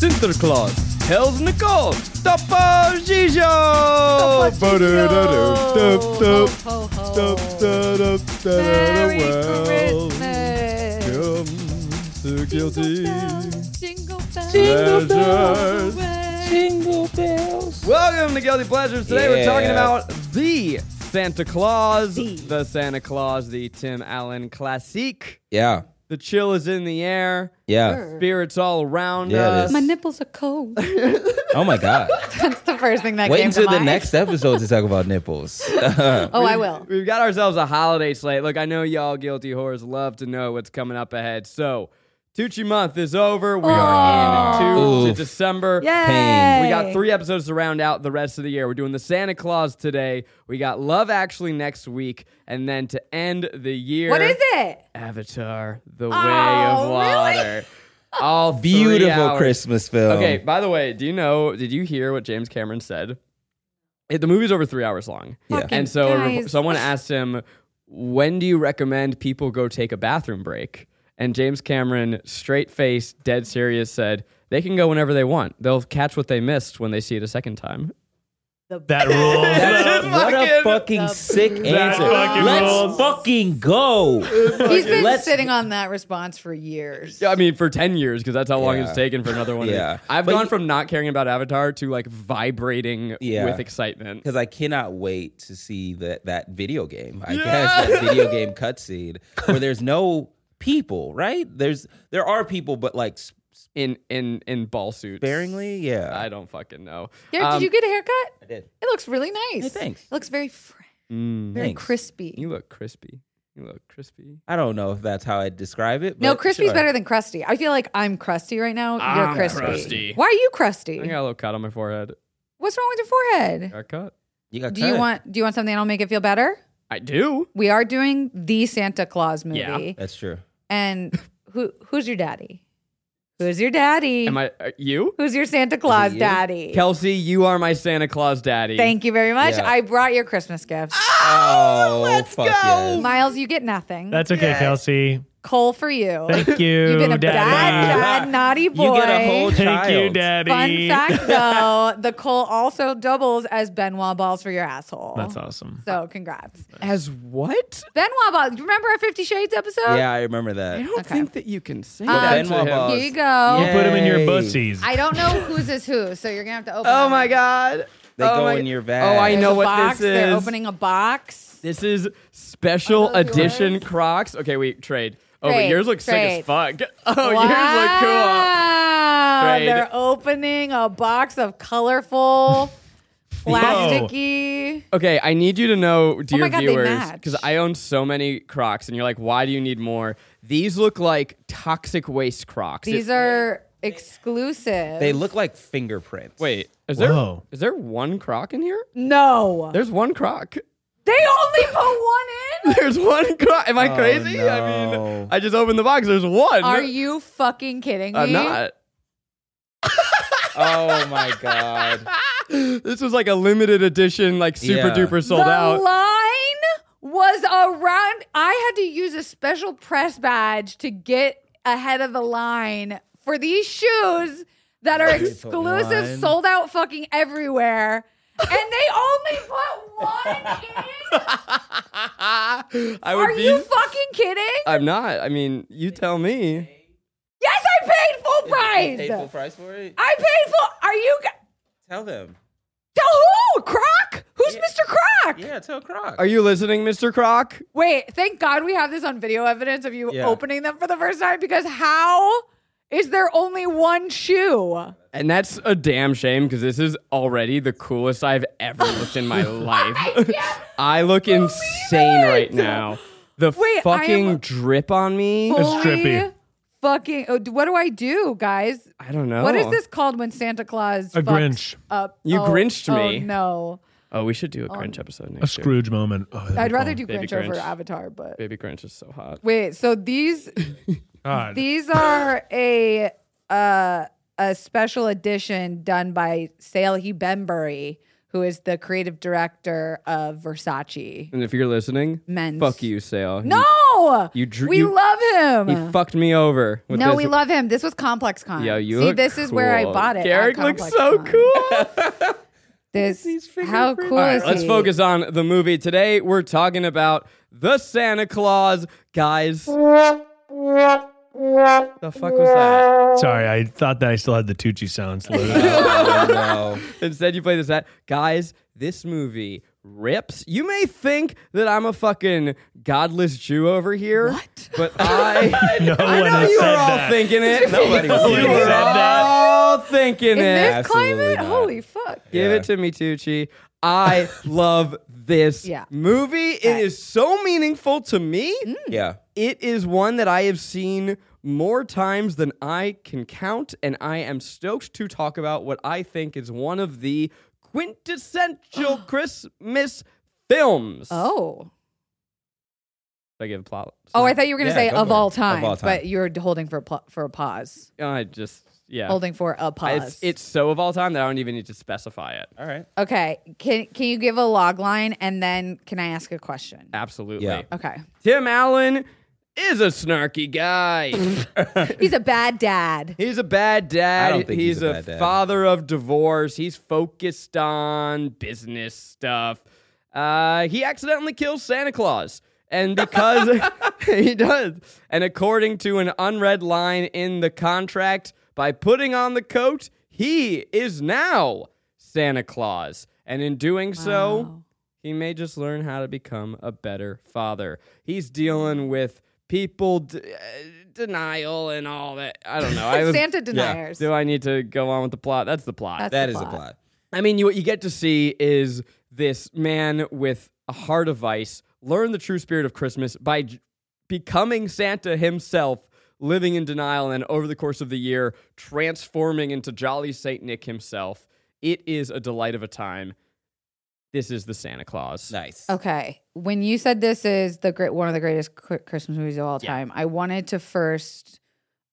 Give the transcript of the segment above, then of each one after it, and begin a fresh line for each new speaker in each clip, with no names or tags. Sinterklaas, Hells Nicole, Tapa Gijo!
Merry
Well,
Christmas.
comes to guilty.
Jingle bells.
Jingle bells.
Jingle
Welcome to Guilty Pleasures. Today we're talking
Yeah.
about the Santa Claus,
The.
the Santa Claus, the Tim Allen classic.
Yeah.
The chill is in the air.
Yeah.
Spirits all around
Yeah, it
us.
is.
My nipples are cold.
Oh my God.
That's the first thing that
Wait
came to
until the
mind.
next episode to talk about nipples.
Oh, I will.
We've got ourselves a holiday slate. Look, I know y'all guilty whores love to know what's coming up ahead. So, Tucci month is over. We are
Aw.
into to
Oof.
December.
Pain.
We got three episodes to round out the rest of the year. We're doing the Santa Claus today. We got Love Actually next week, and then to end the year,
What is it? Oh,
Avatar: The Way of Water. All three
Beautiful
hours.
Christmas film.
Okay. By the way, do you know? Did you hear what James Cameron said? It, the movie's over three hours long.
Yeah.
And so a rep-
Guys.
someone asked him, "When do you recommend people go take a bathroom break?" And James Cameron, straight face, dead serious, said, "They can go whenever they want. They'll catch what they missed when they see it a second time."
That rules.
What a
Fucking-
fucking sick answer.
fucking
Let's
rules.
fucking go.
He's been
Let's-
sitting on that response for years.
Yeah, I mean, for ten years, because that's how long it's
Yeah.
taken for another one. to-
Yeah.
I've
But
gone
y-
from not caring about Avatar to like vibrating
Yeah.
with excitement.
Because I cannot wait to see that, that video game. I guess that video game cutscene where there's no people, right? There's there are people, but like
In in in ball suits.
sparingly. Yeah.
I don't fucking know.
Yeah,
Um,
did you get a haircut?
I did.
It looks really nice.
Hey, thanks.
It looks very fresh,
Mm.
very
Thanks.
crispy.
You look crispy. You look crispy.
I don't know if that's how I would describe it.
No,
but
crispy's
sure.
better than crusty. I feel like I'm crusty right now. You're
I'm
crispy.
crusty.
Why are you
I
crusty?
got a little cut on my forehead.
What's wrong with your forehead?
Got cut.
You got
Do you
cut.
want do you want something that'll make it feel better?
I do.
We are doing the Santa Claus movie.
Yeah.
That's true.
And who who's your daddy? Who's your daddy?
Am I uh, you?
who's your Santa Claus
you?
daddy?
Kelsey, you are my Santa Claus daddy.
Thank you very much.
Yeah.
I brought your Christmas gifts.
Oh, fuck yes.
Miles, you get nothing.
That's okay, Kelsey.
Cole for you.
Thank you,
You've been a
Daddy.
bad, bad, naughty boy.
You get a whole child.
Thank you, Daddy.
Fun fact though, the Cole also doubles as Benoit balls for your asshole.
That's awesome.
So congrats.
As what?
Benoit balls. You remember our Fifty Shades episode?
Yeah, I remember
I
that.
don't
Okay.
think that you can say
Um,
that to
Benoit
him.
Ball.
Here you go.
You put them in your
Yay.
bussies.
I don't know whose is who, so you're gonna have to open.
Oh
them.
my god.
They
oh
go
my-
in your bag.
Oh, I
There's
know
a
what
box.
this is.
They're opening a box.
This is special
Are those
edition
yours?
Crocs. Okay, wait, trade. Oh, but
Trade,
yours look sick as
trade.
fuck. Oh, yours look cool.
Wow!
Trade.
They're opening a box of colorful, plasticky.
Okay, I need you to know, dear
Oh my God, they
viewers,
match.
because I own so many Crocs, and you're like, why do you need more? These look like toxic waste Crocs. It-
These are exclusive.
They look like fingerprints.
Wait, is
Whoa.
there is there one croc in here?
no.
There's one croc.
They only put one in.
There's one croc. Am I crazy? I mean,
Oh, no.
I just opened the box. There's one.
Are you fucking kidding me?
I'm not.
Oh my god.
This was like a limited edition, like super
Yeah.
duper sold
the
out.
line was around. I had to use a special press badge to get ahead of the line for these shoes that are
They put
exclusive,
line.
sold out fucking everywhere. and they only put one in.
I would
Are
be. Uh,
you fucking kidding?
I'm not. I mean, you tell me.
Yes, I paid full
Paid
price.
full price for it.
I paid full. Are you? g-
Tell them.
Tell who? Croc? Who's Mr. Croc?
Yeah, tell Croc.
Are you listening, Mr. Croc?
Wait, thank God we have this on video evidence of you
Yeah.
opening them for the first time because how is there only one shoe?
And that's a damn shame because this is already the coolest I've ever looked in my life. I look insane right now. The
Wait, I am-
fucking drip on me.
It's trippy.
Holy Fucking, oh, d- what do I do, guys?
I don't know.
What is this called when Santa Claus?
A
fucks
Grinch.
Up.
Oh. You
oh,
Grinched me.
Oh no,
Oh, we should do a Grinch episode next
A
year.
Scrooge moment. Oh, that'd be
I'd rather
fun.
do
Baby
Grinch, over
Grinch.
Avatar. But
Baby Grinch is so hot.
wait, so these
God.
these are a uh, a special edition done by Salehi Benbury, who is the creative director of Versace
And if you're listening,
Men's.
fuck you, Sale.
No,
You dr-
we
you-
love him.
He, fucked me over. With
no,
this.
we love him. This was Complex Con.
Yo, you
see,
look
this is where I
cool.
bought it. at
Garrick looks
Complex
so
Con.
cool.
This how cool
All
is
right, let's
he?
focus on the movie. Today, we're talking about the Santa Claus. Guys. The fuck was that?
Sorry, I thought that I still had the Tucci sounds. loaded up.
Oh, no.
Instead, you play this at. Guys, this movie rips. You may think that I'm a fucking godless Jew over here. What? But I.
No
I
one
know
has
you were
said
all
that.
thinking it.
Nobody was
You
thinking
were
that.
all thinking
in
it.
this
Absolutely
climate.
not.
Holy fuck!
Give
Yeah.
it to me, Tucci. I love this
Yeah.
movie. It is so meaningful to me.
Mm.
Yeah.
It is one that I have seen more times than I can count, and I am stoked to talk about what I think is one of the quintessential Christmas films.
Oh,
Did I give a plot.
oh! I thought you were gonna
Yeah,
say
go
of
for it.
all,
Of
time,
all time.
but you were holding for a pl- for a pause,
I just yeah.
holding for a
I-
pause.
It's, it's so of all time that I don't even need to specify it.
All right.
okay. Can can you give a log line and then can I ask a question?
Absolutely.
Yeah.
Okay,
Tim Allen is a snarky guy.
he's a bad dad.
He's a bad dad.
I don't think he's a bad dad.
father of divorce. He's focused on business stuff. Uh, he accidentally kills Santa Claus. And because he does. And according to an unread line in the contract, by putting on the coat, he is now Santa Claus. And in doing so,
Wow.
he may just learn how to become a better father. He's dealing with people d- uh, denial and all that. I don't know. I was-
Santa deniers.
do I need to go on with the plot? That's the plot.
That's
That
the
is a
plot.
plot.
I mean, you, what you get to see is this man with a heart of ice learn the true spirit of Christmas by j- becoming Santa himself, living in denial, and over the course of the year, transforming into Jolly Saint Nick himself. It is a delight of a time. This is the Santa Claus.
Nice.
Okay. When you said this is the great one of the greatest cri- Christmas movies of all
Yeah.
time, I wanted to first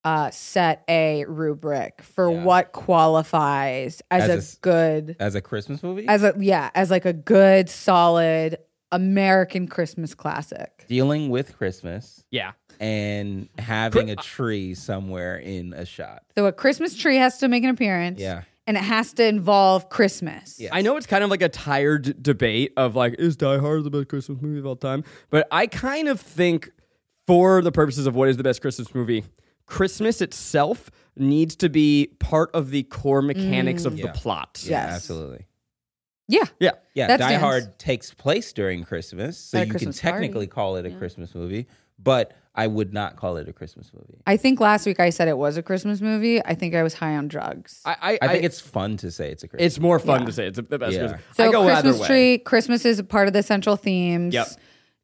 uh, set a rubric for
Yeah.
what qualifies as,
As
a
a s-
good
As a Christmas movie?
as a yeah, as like a good solid American Christmas classic.
Dealing with Christmas
Yeah.
and having a tree somewhere in a shot.
So a Christmas tree has to make an appearance.
Yeah.
And it has to involve Christmas.
Yeah.
I know it's kind of like a tired debate of like, is Die Hard the best Christmas movie of all time? But I kind of think, for the purposes of what is the best Christmas movie, Christmas itself needs to be part of the core mechanics of
Yeah.
the plot.
Yeah,
Yes.
absolutely.
Yeah.
Yeah.
Yeah,
That
Die
stands.
Hard takes place during Christmas, so
At a
you
Christmas
can
party.
technically call it a Christmas movie, but I would not call it a Christmas movie.
I think last week I said it was a Christmas movie. I think I was high on drugs.
I, I,
I think it's fun to say it's a Christmas.
it's more fun to say it's the best
Yeah.
Christmas.
So
I go
Christmas
either way.
tree, Christmas is a part of the central themes.
Yep.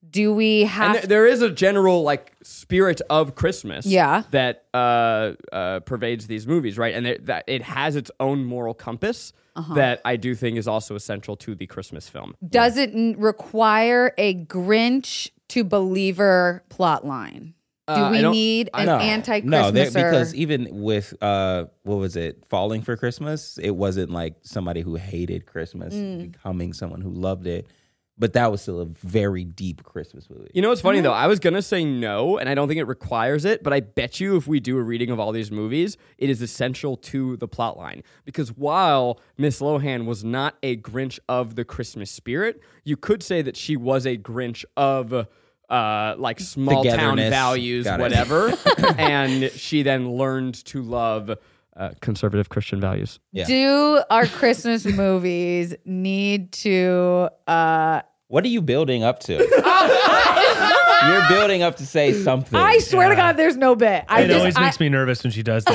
Do we
And
have
there, there is a general like spirit of Christmas,
Yeah.
that uh, uh, pervades these movies, right? And it, that it has its own moral compass
Uh-huh.
that I do think is also essential to the Christmas film.
does it n- require a Grinch to believer plot line? Do
Uh, I
we
don't-
need an
No,
anti
No, they-
Christmas?
because even with uh, what was it, Falling for
Mm.
Christmas, it wasn't like somebody who hated Christmas becoming someone who loved it. But that was still a very deep Christmas movie.
You know what's
Mm-hmm.
funny though? I was gonna say no, and I don't think it requires it, but I bet you if we do a reading of all these movies, it is essential to the plot line. Because while Miss Lohan was not a Grinch of the Christmas spirit, you could say that she was a Grinch of uh, like small town
Togetherness.
values,
Got it.
whatever. and she then learned to love uh, conservative Christian values.
Yeah.
Do our Christmas movies need to uh
What are you building up to? You're building up to say something.
I swear to God there's no bit. I
it
just
always
I,
makes me nervous when she does that.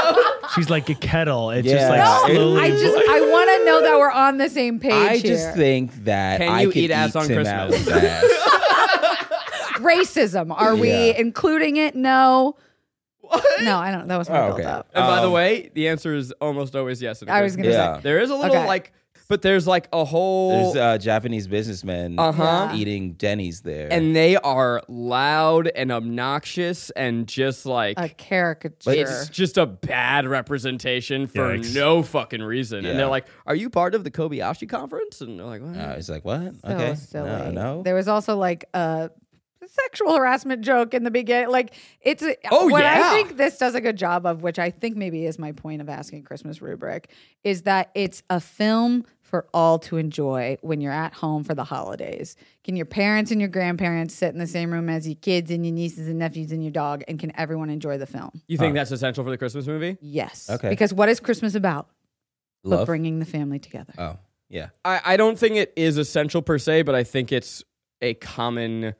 Like, she- she's like a kettle. It's just
Yeah.
like
no,
slowly.
I just I wanna know that we're on the same page
I
here.
just think that
Can
I
you
could
eat ass on
Tim
Christmas?
Allen's ass.
Racism. Are we
Yeah.
including it? No. No, I don't that was my
Oh,
build
okay.
up.
And by the
Um,
way, the answer is almost always yes. in
I was
Christmas.
gonna
Yeah.
say
There is a little
Okay.
like, but there's like a whole.
There's a Japanese businessman
Uh-huh.
eating Denny's there.
and they are loud and obnoxious and just like
a caricature.
it's just a bad representation for
Yikes.
no fucking reason.
Yeah.
And they're like, "Are you part of the Kobayashi conference?" And they're like, "What?"
uh, it's like, what?
So
okay.
silly.
No, no.
There was also like a sexual harassment joke in the beginning. Like it's a,
Oh,
what
yeah.
I think this does a good job of, which I think maybe is my point of asking Christmas rubric, is that it's a film for all to enjoy when you're at home for the holidays. Can your parents and your grandparents sit in the same room as your kids and your nieces and nephews and your dog? And can everyone enjoy the film?
you
uh,
think that's essential for the Christmas movie?
Yes.
Okay.
Because what is Christmas about? But
Love?
bringing the family together.
oh, yeah.
I, I don't think it is essential per se, but I think it's a common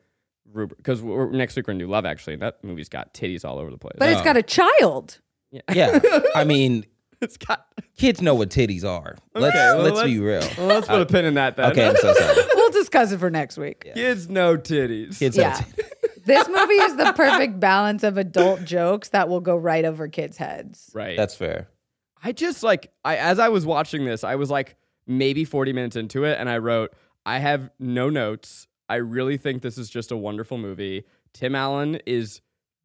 rubric because next week we're gonna do Love Actually, and that movie's got titties all over the place.
but it's got a child.
Yeah. I mean,
it's got.
kids know what titties are. let's,
Okay, well,
let's
let's-
be real.
Well, let's put a pin in that then.
Okay, I'm so sorry.
We'll discuss it for next week.
Kids no titties.
Kids know
Yeah.
titties.
this movie is the perfect balance of adult jokes that will go right over kids' heads.
Right.
That's fair.
I just like I as I was watching this, I was like maybe 40 minutes into it and I wrote, I have no notes. I really think this is just a wonderful movie. Tim Allen is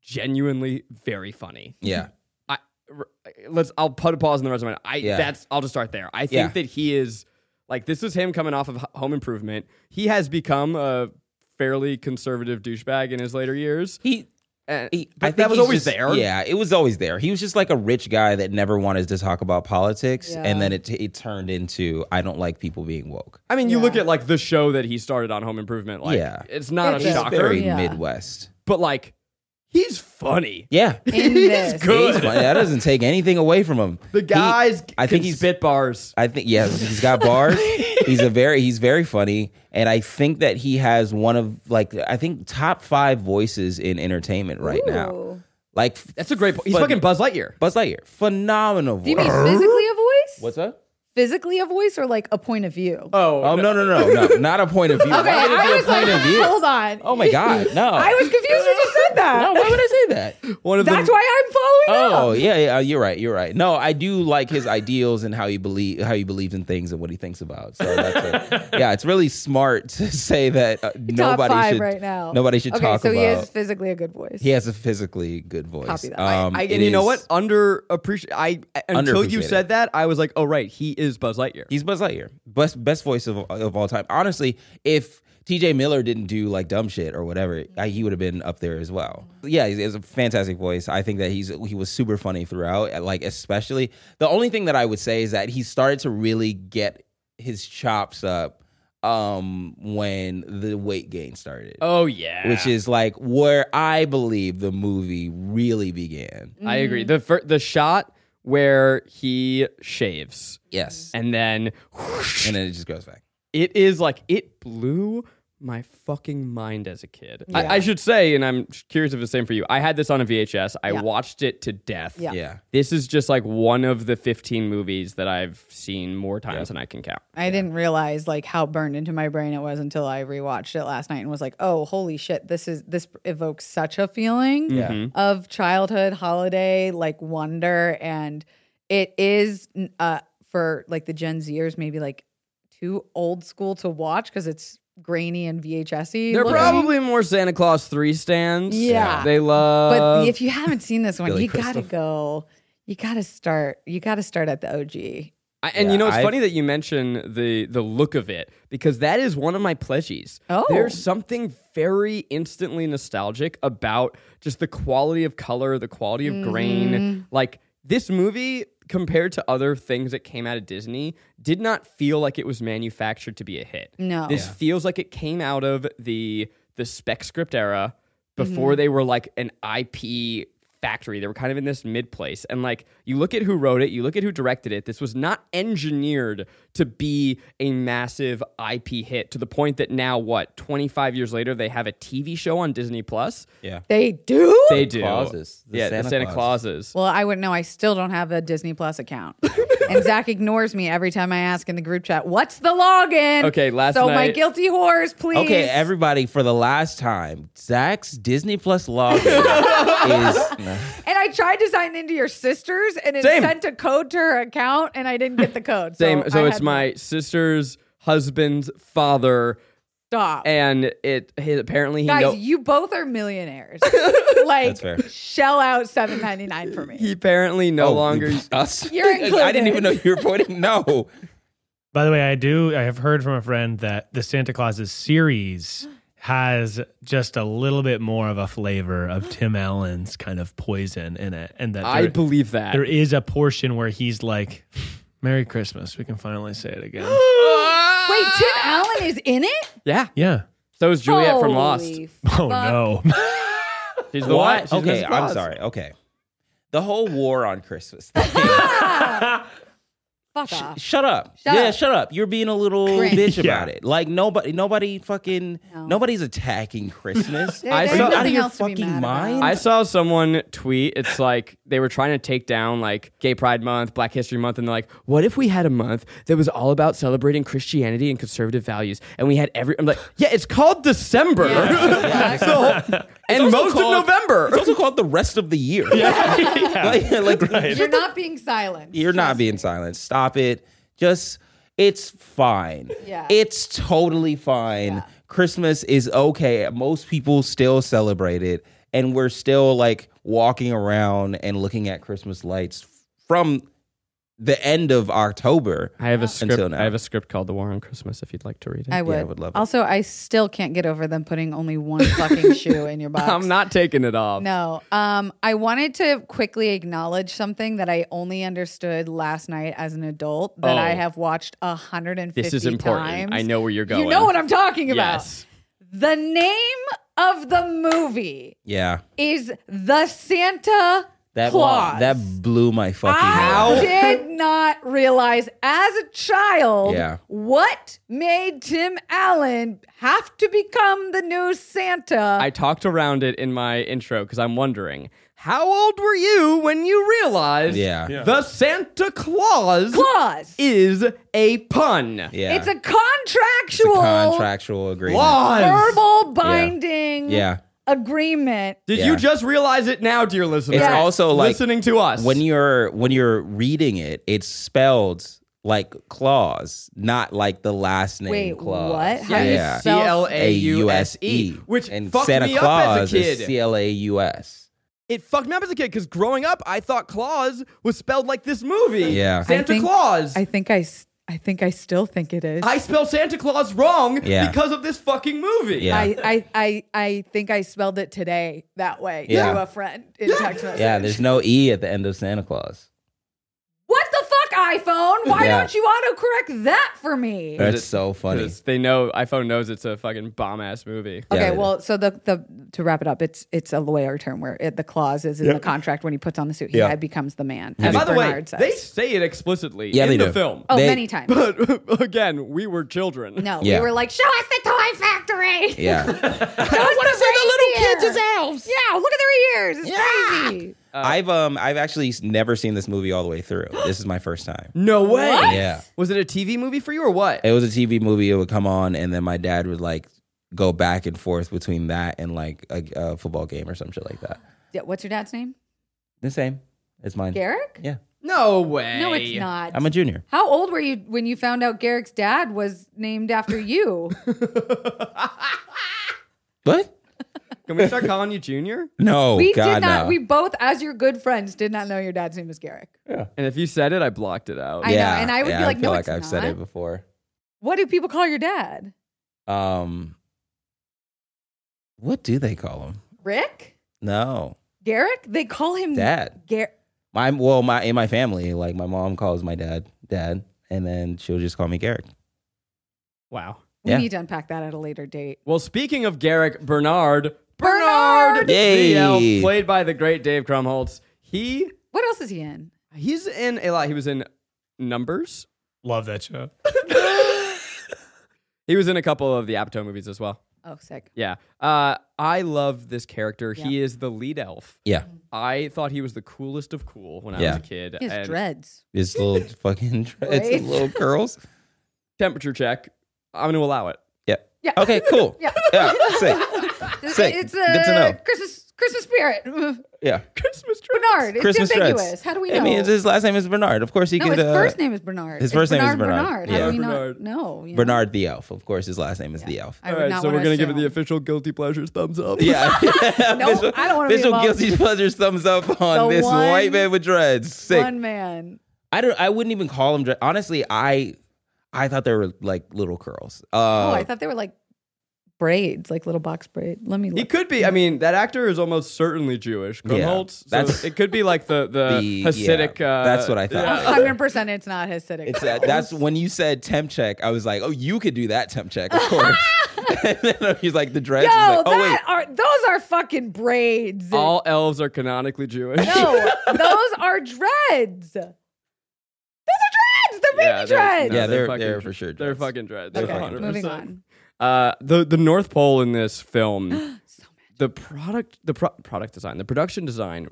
genuinely very funny.
Yeah.
I r- let's I'll put a pause on the resume. I
Yeah.
that's I'll just start there. I think
Yeah.
that he is like this is him coming off of H- Home Improvement. He has become a fairly conservative douchebag in his later years.
He
And,
He-
but
I think
that was
he's
always
just-
there.
Yeah, it was always there. He was just like a rich guy that never wanted to talk about politics, and then it it turned into I don't like people being woke.
I mean, you look at like the show that he started on Home Improvement. Like,
Yeah.
it's not
It
a
is
He's
shocker,
very
Yeah.
Midwest.
but like, he's funny.
Yeah,
In this,
He's funny. that doesn't take anything away from him.
The
He-
guys,
I think he's
spit bars.
I think yeah, he's got bars. he's a very he's very funny, and I think that he has one of like I think top five voices in entertainment right now. Like
That's a great. po- He's
But-
fucking Buzz Lightyear.
Buzz Lightyear, phenomenal
do you mean
voice.
physically a voice?
What's up?
physically a voice or like a point of view?
Oh,
Oh no no no no! Not a point of view.
okay,
Why would it
I
be a
was like,
point of view?
hold on.
Oh my god, no!
I was confused when you said
no.
that.
Why would I say that?
one of
That's
the,
why I'm following
Oh
up.
yeah, yeah, you're right, you're right. No, I do like his ideals and how he believe how he believes in things and what he thinks about. So that's a, yeah, it's really smart to say that uh,
Top
nobody
five
should
right now.
nobody should
okay,
talk
so
about.
he is physically a good voice.
he has a physically good voice.
Copy that.
Um,
I,
it
and you know
is-
what? Under appreciate. I until you
Underappreciated.
said that, I was like, oh right, he is Buzz Lightyear.
He's Buzz Lightyear, best best voice of of all time. Honestly, if T.J. Miller didn't do like dumb shit or whatever, I, he would have been up there as well. Yeah, he has a fantastic voice. I think that he's he was super funny throughout. Like especially the only thing that I would say is that he started to really get his chops up um when the weight gain started.
oh yeah,
Which is like where I believe the movie really began.
I agree. The fir- the shot where he shaves
Yes.
and then
And then it just goes back.
it is like it blew my fucking mind as a kid. I, I should say, and I'm curious if it's the same for you. I had this on a VHS. I watched it to death.
Yeah.
Yeah.
This is just like one of the 15 movies that I've seen more times than I can count.
I didn't realize like how burned into my brain it was until I rewatched it last night and was like, "Oh, holy shit! This is this evokes such a feeling
Mm-hmm.
of childhood, holiday, like wonder, and it is n- uh, for like the Gen Zers maybe like too old school to watch because it's grainy and VHS-y.
They're
looking.
probably more Santa Claus 3 stands.
Yeah.
They
but
love.
if you haven't seen this one,
Billy
you gotta go. You gotta start. You gotta start at the OG.
I, and
Yeah,
you know, it's
I've-
funny that you mention the the look of it because that is one of my pledges.
Oh.
there's something very instantly nostalgic about just the quality of color, the quality of grain. Like this movie, compared to other things that came out of Disney, did not feel like it was manufactured to be a hit.
No.
this feels like it came out of the the spec script era before
Mm-hmm.
they were like an IP factory. They were kind of in this mid place. And like you look at who wrote it, you look at who directed it. This was not engineered to be a massive IP hit to the point that now what, 25 years later they have a TV show on Disney Plus?
Yeah.
They do?
They do.
Clauses. The
yeah, the
Santa
Santa
Claus.
Clauses.
well, I wouldn't know. I still don't have a Disney Plus account. and Zach ignores me every time I ask in the group chat, what's the login?
Okay, last
So my
night-
guilty horse, please.
Okay, everybody, for the last time, Zach's Disney Plus login is.
And I tried to sign into your sister's and it
Same.
sent a code to her account and I didn't get the code.
Same. So,
I
it's
had-
my sister's husband's father
stop.
and it his, apparently he
Guys,
know-
you both are millionaires. like
fair.
shell out seven ninety nine for me.
he apparently no
Oh,
longer
us.
You're
I didn't even
included.
know you were pointing. No,
By the way, I do. I have heard from a friend that the Santa Claus's series has just a little bit more of a flavor of Tim Allen's kind of poison in it, and that
I
there-
believe that.
there is a portion where he's like, "Merry Christmas." We can finally say it again.
Wait, Tim Allen is in it?
yeah.
yeah.
So is Juliet from Lost.
Holy
Oh
fuck.
no.
She's the one. She's
Okay,
Mrs.
I'm
Claus.
sorry. Okay, the whole war on Christmas. Thing.
Fuck off.
shut up.
Shut
yeah,
up.
shut up. You're being a little
Grinch.
bitch
Yeah.
about it. Like nobody, nobody fucking, nobody's attacking Christmas.
There-
I
there's
saw-
Are you out of
nothing
your
else to be
fucking
mad
mind?
about.
I saw someone tweet. It's like they were trying to take down like Gay Pride Month, Black History Month, and they're like, "What if we had a month that was all about celebrating Christianity and conservative values?" And we had every. I'm like, yeah, it's called December, So- and
also
most
called-
of November.
It's also called the rest of the year. like, like
You're not being silent.
You're not being silent. Stop it. Just it's fine.
Yeah.
It's totally fine. Christmas is okay. Most people still celebrate it and we're still like walking around and looking at Christmas lights from the end of October.
I have a script.
Until now.
I have a script called "The War on Christmas." If you'd like to read it,
I would.
I would love it.
Also, I still can't get over them putting only one fucking shoe in your box.
I'm not taking it off.
No. Um, I wanted to quickly acknowledge something that I only understood last night as an adult that
Oh.
I have watched 150
This is important.
times.
I know where you're going.
You know what I'm talking about.
Yes.
The name of the movie
Yeah.
is The Santa
That
Claus.
that blew my fucking
I
mind.
did not realize as a child
Yeah.
what made Tim Allen have to become the new Santa.
I talked around it in my intro because I'm wondering how old were you when you realized
Yeah. Yeah.
the Santa Claus,
Claus.
is a pun?
Yeah.
It's a
It's a
contractual,
contractual agreement.
Claus.
verbal binding
Yeah.
agreement.
Did
Yeah.
you just realize it now, dear listener?
It's also like
listening to us.
when you're when you're reading it, it's spelled like Claus, not like the last name
Wait,
Claus.
what? How
yeah,
do you
Yeah.
C
spell-
L A U S E, which
and
fucked
Santa
me
Claus
up as a kid.
is C L A U S.
it fucked me up as a kid because growing up, I thought Claus was spelled like this movie.
Yeah. I
Santa Claus.
I think I, s- I think I still think it is.
I spell Santa Claus wrong
Yeah.
because of this fucking movie.
Yeah.
I, I, I, I think I spelled it today that way
Yeah.
to a friend in text message.
Yeah, there's no E at the end of Santa Claus.
what the fuck, iPhone? Why
Yeah.
don't you autocorrect that for me?
That's so funny.
'Cause They know iPhone knows it's a fucking bomb ass movie.
Okay,
Yeah.
well, so the the to wrap it up, it's it's a lawyer term where it, the clause is in the contract when he puts on the suit, he
Yeah.
becomes the man.
And
As
by the way,
Bernard says.
they say it explicitly
Yeah,
in
they
the
do.
film.
oh,
they-
many times.
But again, we were children.
No,
Yeah.
we were like, show us the toy factory.
Uh,
Yeah.
Show us the, reindeer. Yeah, look at their ears. It's crazy.
I've um I've actually never seen this movie all the way through. This is my first time.
No way.
Yeah.
Was it a TV movie for you or what?
It was a TV movie. It would come on, and then my dad would like go back and forth between that and like a, a football game or some shit like that.
Yeah, what's your dad's name?
The same. It's mine.
Garrick?
Yeah.
No way.
No, it's not.
I'm a junior.
How old were you when you found out Garrick's dad was named after you?
What?
Can we start calling you Junior?
No,
we
Oh, God,
did not.
no.
We both, as your good friends, did not know your dad's name was Garrick.
And if you said it, I blocked it out.
I know, and I would
yeah,
be like,
I feel
no,
like
it's
I've said
not.
it before.
What do people call your dad?
Um, what do they call him?
Rick?
No,
Garrick? They call him
dad.
Gar-
My well, my in my family, like my mom calls my dad dad, and then she'll just call me Garrick.
Wow.
We
Yeah.
need to unpack that at a later date.
Well, speaking of Garrick Bernard,
Bernard!
Yay.
the elf, played by the great Dave Crumholtz. He
What else is he in?
he's in a lot. He was in Numbers.
Love that show.
He was in a couple of the Apatow movies as well.
Oh, sick.
Yeah. Uh, I love this character. He is the lead elf.
Yeah,
Mm.
I thought he was the coolest of cool when I
Yeah.
was a kid.
He has
and
dreads.
it's little fucking it's
Right.
little curls.
temperature check. I'm going to allow it.
Yeah.
Yeah.
Okay. Cool.
Yeah.
Yeah. Sick. Sick.
It's a
Good to know.
Christmas Christmas spirit. Bernard.
Yeah.
Christmas tree.
It's
Christmas
ambiguous.
dreads.
How do we know?
I mean, it's- his last name is Bernard. Of course, he
no,
could.
his
uh,
first name is Bernard.
his
It's
first name is Bernard.
How
Yeah.
do we
Bernard.
not know? you know?
Bernard the Elf. Of course, his last name is the Elf.
I
All
would
right,
not
so we're
want to
gonna give it the
assume.
official guilty pleasures thumbs up.
Yeah.
No, I don't wanna be
Official
involved.
guilty pleasures thumbs up on
The
this
one-
white man with dreads. Sick.
One man.
I don't. I wouldn't even call him dread. Honestly, I, I thought they were like little curls. Uh,
oh, I thought they were like braids, like little box braid. Let me
He
look.
could be. I mean, that actor is almost certainly Jewish. Grumholtz. so
That's-
it could be like the the,
The-
Hasidic.
yeah,
uh,
that's what I thought.
yeah.
Hundred percent, it's not Hasidic.
It's that. That's when you said temp check. I was like, oh, you could do that temp check, of course. and then he's like the dreads.
Yo,
I was like, oh
that are those are fucking braids.
All elves are canonically Jewish.
no, those are dreads. Those are dreads. They're baby
Yeah, they're-
dreads.
Yeah, they're-
fucking
they're
dr-
for sure
They're
dreads.
fucking dreads.
They're
okay,
They're 100%.
moving on.
Uh, the the North Pole in this film, the product the pro- product design, the production design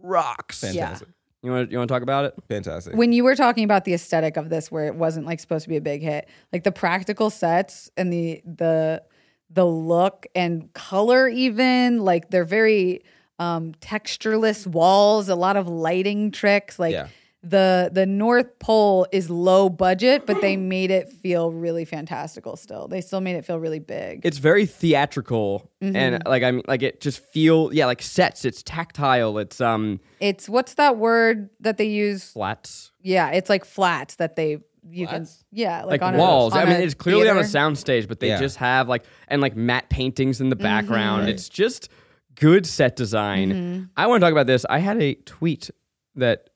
rocks.
Fantastic.
You want you want to talk about it?
Fantastic.
When you were talking about the aesthetic of this, where it wasn't like supposed to be a big hit, like the practical sets and the the the look and color, even like they're very um, textureless walls. A lot of lighting tricks, like.
Yeah.
The the North Pole is low budget, but they made it feel really fantastical still. They still made it feel really big.
It's very theatrical and like I mean like it just feel yeah like sets. It's tactile. It's um
it's what's that word that they use?
flats
Yeah, it's like flats that they you
Flats?
can yeah
like,
like, on
walls.
I
I mean it's clearly on a
sound.
soundstage, but they
Yeah.
just have like and like matte paintings in the background. It's just good set design. I want to talk about this. I had a tweet that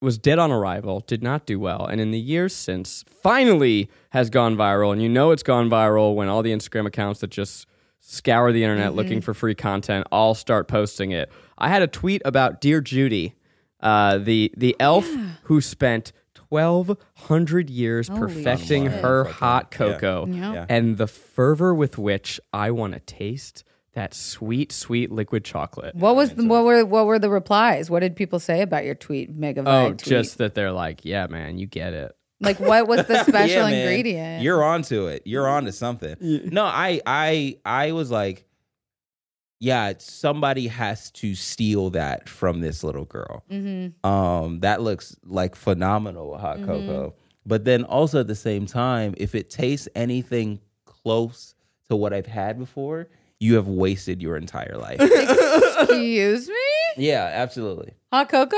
was dead on arrival, did not do well, and in the years since, finally has gone viral. And you know it's gone viral when all the Instagram accounts that just scour the internet looking for free content all start posting it. I had a tweet about Dear Judy, uh, the the elf who spent twelve hundred years perfecting her hot cocoa,
Yeah.
and the fervor with which I want to taste that sweet, sweet liquid chocolate.
What was the, what were what were the replies? What did people say about your tweet, mega vibe
Oh,
tweet?
just that they're like, yeah, man, you get it.
like what was the
Yeah,
special
man.
ingredient?
You're onto it. You're onto something. No, I I I was like, yeah, somebody has to steal that from this little girl.
Mm-hmm.
Um, that looks like phenomenal hot cocoa. But then also at the same time, if it tastes anything close to what I've had before, you have wasted your entire life.
Excuse me,
yeah, absolutely.
hot cocoa.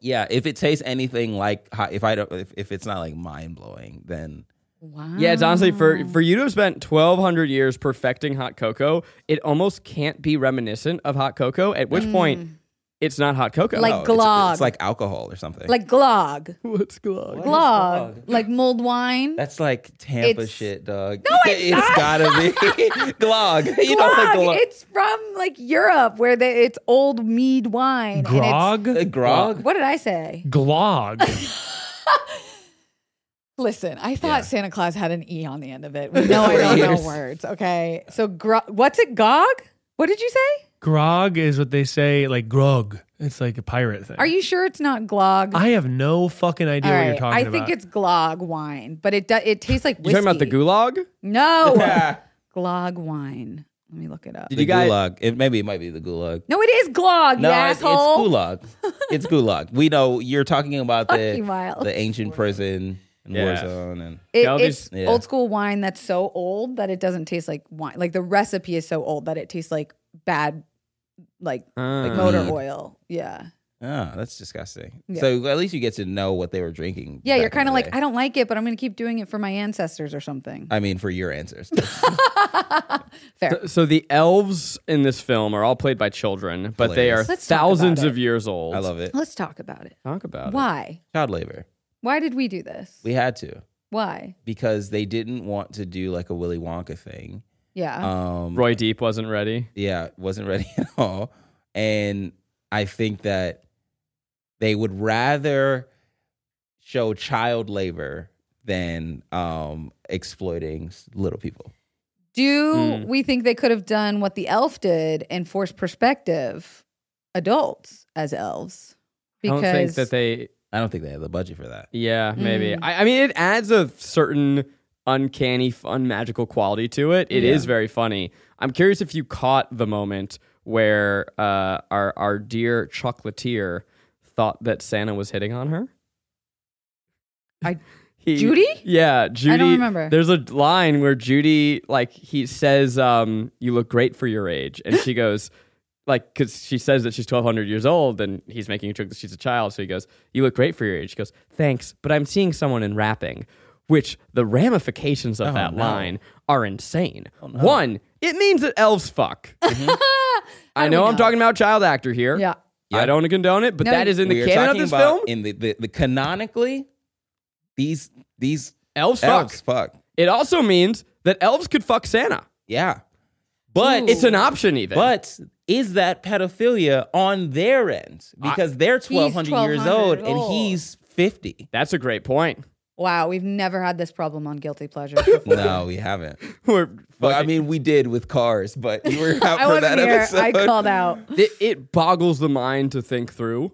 Yeah, if it tastes anything like hot, if I don't, if, if it's not like mind blowing, then
Wow.
Yeah, it's honestly for
Mm.
for you to have spent twelve hundred years perfecting hot cocoa, it almost can't be reminiscent of hot cocoa. At which point, it's not hot cocoa.
Mm.
oh,
Like-
it's- It's,
Glog.
like alcohol or something.
like glog,
what's going? on?
glog, like mulled wine.
That's like Tampa
It's-
shit, dog. No, it's, gotta be glog. You know, like
glog.
glog.
It's from like Europe where they, it's old mead wine. and it's-
Uh,
Grog?
grog.
what did I say?
Glog.
Listen, I thought Santa Claus had an e on the end of it. We know I don't know words. Okay, so gro- what's it? Gog? What did you say?
Grog is what they say, like grog. It's like a pirate thing.
Are you sure it's not glog?
I have no fucking idea what you're
Alright,
talking
I
about.
think it's glog wine, but it do- it tastes like
You
whiskey.
talking about the gulag?
No, glog wine. Let me look it up.
Did
The
you guys?
gulag. It, maybe it might be the gulag.
No, it is glog.
No,
you
it's, it's
asshole.
gulag. It's gulag. We know you're talking about the
Fucking wild.
the ancient prison and war
Yeah.
zone and
It-
Now
it's
these- Yeah.
old school wine that's so old that it doesn't taste like wine. Like the recipe is so old that it tastes like bad like
Ah.
motor
mead.
oil. Yeah.
Oh, that's disgusting.
Yeah.
So at least you get to know what they were drinking.
Yeah, you're
back in
kind
the
of like
day.
I don't like it, but I'm going to keep doing it for my ancestors or something.
I mean, for your answers.
Fair.
So the elves in this film are all played by children, but they are
Hilarious.
Let's talk
thousands
about
of years old.
I love it.
Let's talk about it.
Talk about it.
Why?
Child labor.
Why did we do this?
We had to
Why?
because they didn't want to do like a Willy Wonka thing.
Yeah.
Um,
Roy Deep wasn't ready.
yeah, wasn't ready at all. And I think that they would rather show child labor than um, exploiting s- little people.
do
Mm.
we think they could have done what the elf did and forced perspective adults as elves?
I don't think that they.
I don't think they had the budget for that.
Yeah, maybe.
Mm.
I, I mean, it adds a certain uncanny, fun, magical quality to it. It is very funny. I'm curious if you caught the moment where uh, our our dear chocolatier thought that Santa was hitting on her.
I-
He-
Judy?
Yeah, Judy.
remember.
There's a line where Judy, like, he says, um, "You look great for your age," and she goes, like, because she says that she's 1,200 years old, and he's making a joke that she's a child. So he goes, "You look great for your age." She goes, "Thanks, but I'm seeing someone in rapping," which the ramifications
Oh,
of that line are insane. One, it means that elves fuck. I know I'm talking about child actor here.
Yeah.
I don't condone it, but
No,
that
you-
is in the
We are
canon of
talking
this
about
film.
in the, the, the canonically these these
elves fuck.
elves fuck.
It also means that elves could fuck Santa.
Yeah.
But it's an option even.
But is that pedophilia on their end? Because they're 1200, years
1200
old,
old.
and he's 50.
that's a great point.
Wow, we've never had this problem on guilty pleasure.
No, we haven't.
We're
Well, I
fucking-
mean, we did with cars, but you were out
I
for
wasn't
that
here.
episode.
I called out.
it, it boggles the mind to think through,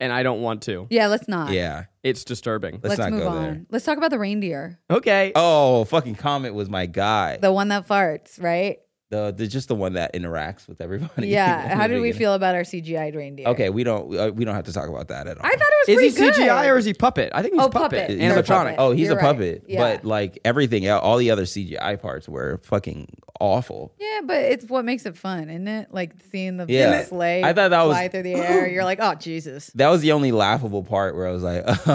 and I don't want to.
Yeah, let's not.
Yeah,
It's disturbing.
let's
let's, not
move
go
on.
there.
Let's talk about the reindeer,
Okay.
Oh, fucking Comet was my guy.
the one that farts, right?
The, the just the one that interacts with everybody. in
Yeah.
the
How did we
beginning.
feel about our CGI reindeer?
Okay, we don't uh, we don't have to talk about that at all.
I thought it was
is he
pretty good.
CGI or is he puppet? I think he's
Oh,
puppet.
puppet.
He's a
Animatronic.
puppet. Oh, he's
You're right.
a puppet.
Yeah.
But like everything, el- all the other CGI parts were fucking awful.
Yeah, but it's what makes it fun, isn't it? Like seeing the
Yeah.
sleigh
I thought that was-
fly through the air. You're like, oh Jesus,
That was the only laughable part where I was like,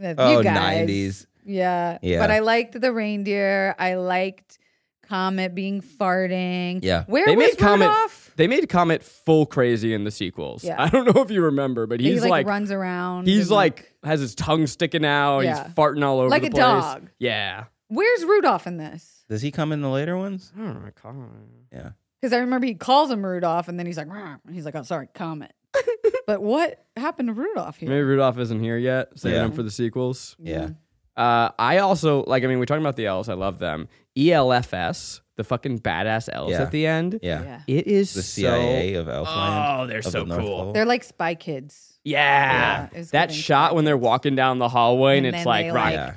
you
oh,
guys.
90s.
Yeah.
Yeah.
But I liked the reindeer. I liked Comet being farting.
Yeah.
Where
They
was
made Comet.
Rudolph?
They made Comet full crazy in the sequels.
Yeah.
I don't know if you remember, but
He
he's
like,
like,
runs around.
he's
and,
like has his tongue sticking out.
Yeah.
He's farting all over
Like
the
a
place.
dog.
Yeah.
where's Rudolph in this?
Does he come in the later ones?
Oh my god.
Yeah.
Because I remember he calls him Rudolph, and then he's like, "Rah," and he's like, oh sorry, Comet. but what happened to Rudolph here?
Maybe Rudolph isn't here yet, saving
Yeah.
him for the sequels.
Mm.
Yeah.
Uh, I also like. I mean, we're talking about the elves. I love them. ELFS, the fucking badass elves
Yeah.
at the end.
Yeah.
Yeah.
It is
The CIA of Elfland.
Oh, they're
of the
so
North
cool.
Pole.
They're like spy kids.
Yeah.
Yeah, it was
that
giving
shot when they're walking down the hallway and,
And
it's
then
like,
they,
right.
like-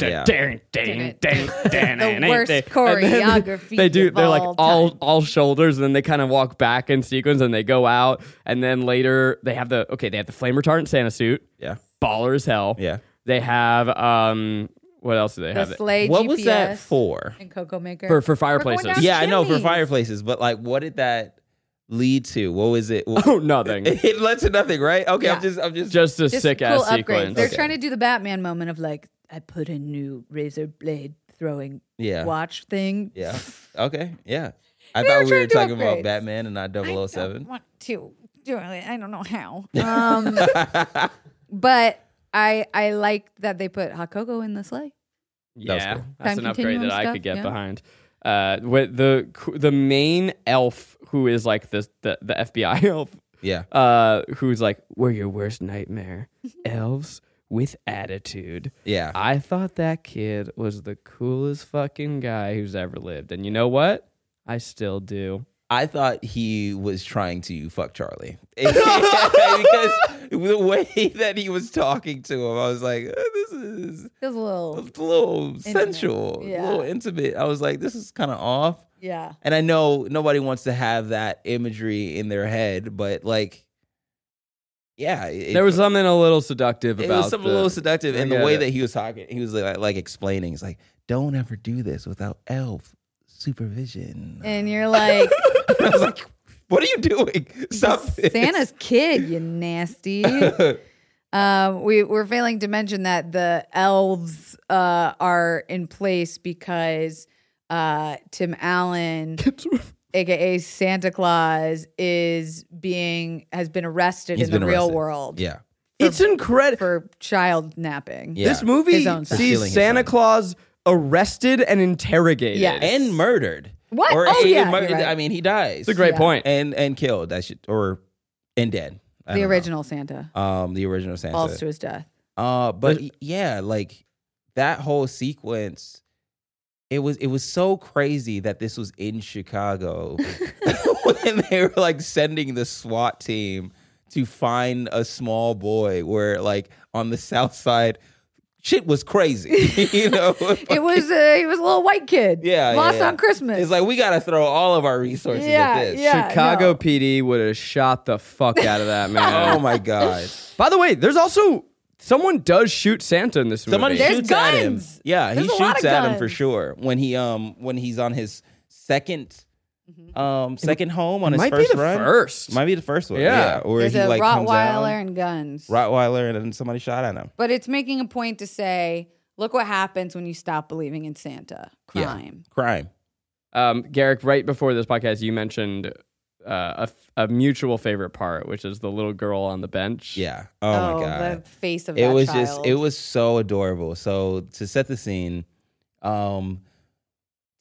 Yeah.
The
The worst choreography
They do. They're like
of all
all
time.
all shoulders, and then they kind of walk back in sequence, and they go out, and then later they have the okay. They have the flame retardant Santa suit,
Yeah.
baller as hell.
Yeah.
They have um. What else do they have?
The sleigh
What was that
GPS
for?
And Cocoa Maker
for for
We're going
fireplaces.
down
Yeah, I know for
chimneys.
fireplaces, but like, what did that lead to? What was it?
Oh, nothing.
it led to nothing, right? Okay,
Yeah.
I'm just, I'm just,
Just a
Just
sick
cool
ass
upgrades.
sequence.
They're
Okay.
trying to do the Batman moment of like, I put a new razor blade throwing
yeah,
watch thing.
yeah, okay, yeah. I
They were
thought we
trying
were
to do
talking
upgrades.
about Batman and not 007.
want to do it. I don't know how. Um, but I I like that they put Hakoko in the sleigh.
was
Yeah,
cool.
that's
Time
an upgrade
continuum
that I
stuff,
could get
yeah.
behind. Uh, with the the main elf who is like the the, the FBI elf,
Yeah,
uh, who's like, "We're your worst nightmare, elves with attitude."
yeah.
I thought that kid was the coolest fucking guy who's ever lived, and you know what? I still do.
I thought he was trying to fuck Charlie because the way that he was talking to him, I was like, "Uh, this is
Feels a
a
little
little sensual,
Yeah.
a little intimate. I was like, this is kind of off.
yeah.
And I know nobody wants to have that imagery in their head, but like, yeah, it,
there was something a little seductive
it
about
was something a
the-
little seductive,
I
and the
get
way
it.
that he was talking, he was like, like explaining, he's like, don't ever do this without elf supervision.
and you're like
I was like, what are you doing? Stop this.
Santa's kid, you nasty. um, we we're failing to mention that the elves uh, are in place because uh, Tim Allen, aka Santa Claus, is being has been arrested
He's
in the
been
real
arrested.
world
Yeah.
it's incredible.
for child napping.
Yeah.
This movie
His own son.
Stealing
sees
his
Santa
son.
Claus arrested and interrogated.
Yeah.
And murdered.
What?
Or
Oh,
he-
yeah,
mur-
you're right.
I mean, he dies.
It's a great
Yeah.
point.
and and killed. I should or and dead. I
The
don't know.
original Santa
Um, the original Santa.
falls to his death.
Uh, but y- yeah, like that whole sequence, it was it was so crazy that this was in Chicago when they were like sending the SWAT team to find a small boy where like on the south side, shit was crazy. you know,
It was uh, he was a little white kid.
Yeah, yeah,
lost
yeah.
on Christmas.
It's like we got to throw all of our resources
Yeah,
at this.
yeah.
Chicago
no.
PD would have shot the fuck out of that man.
Oh my god.
By the way, there's also someone does shoot Santa in this
Somebody
movie.
There's
shoots at him.
guns.
Yeah,
There's
he
a lot
shoots
of
at him for
guns.
sure when he um when he's on his 2nd
Mm-hmm.
um second home on his
might be
first
the
run.
first.
Might be the first one.
Yeah.
Yeah, or
There's
he
a
like comes down,
Rottweiler and guns.
Rottweiler, and then somebody shot at him.
But it's making a point to say, look what happens when you stop believing in Santa. Crime.
Crime.
Um, Garrick, right before this podcast, you mentioned uh, a, f- a mutual favorite part, which is the little girl on the bench.
Yeah. Oh, my god.
The face of
it
that
was
child.
just it was so adorable so to set the scene um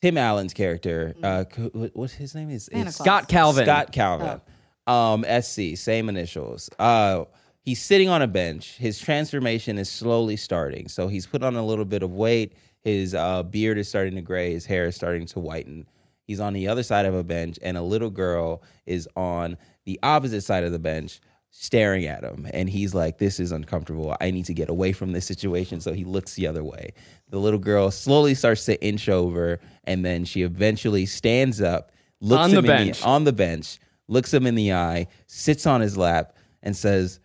tim allen's character uh co- what- what's his name is
Mm-hmm. Santa Claus. Oh.
Scott Calvin.
scott calvin um sc same initials uh he's sitting on a bench his transformation is slowly starting so he's put on a little bit of weight his uh, beard is starting to gray his hair is starting to whiten he's on the other side of a bench and a little girl is on the opposite side of the bench staring at him and he's like this is uncomfortable i need to get away from this situation so he looks the other way the little girl slowly starts to inch over and then she eventually stands up looks
On
him
the
in
bench.
on the bench looks him in the eye sits on his lap and says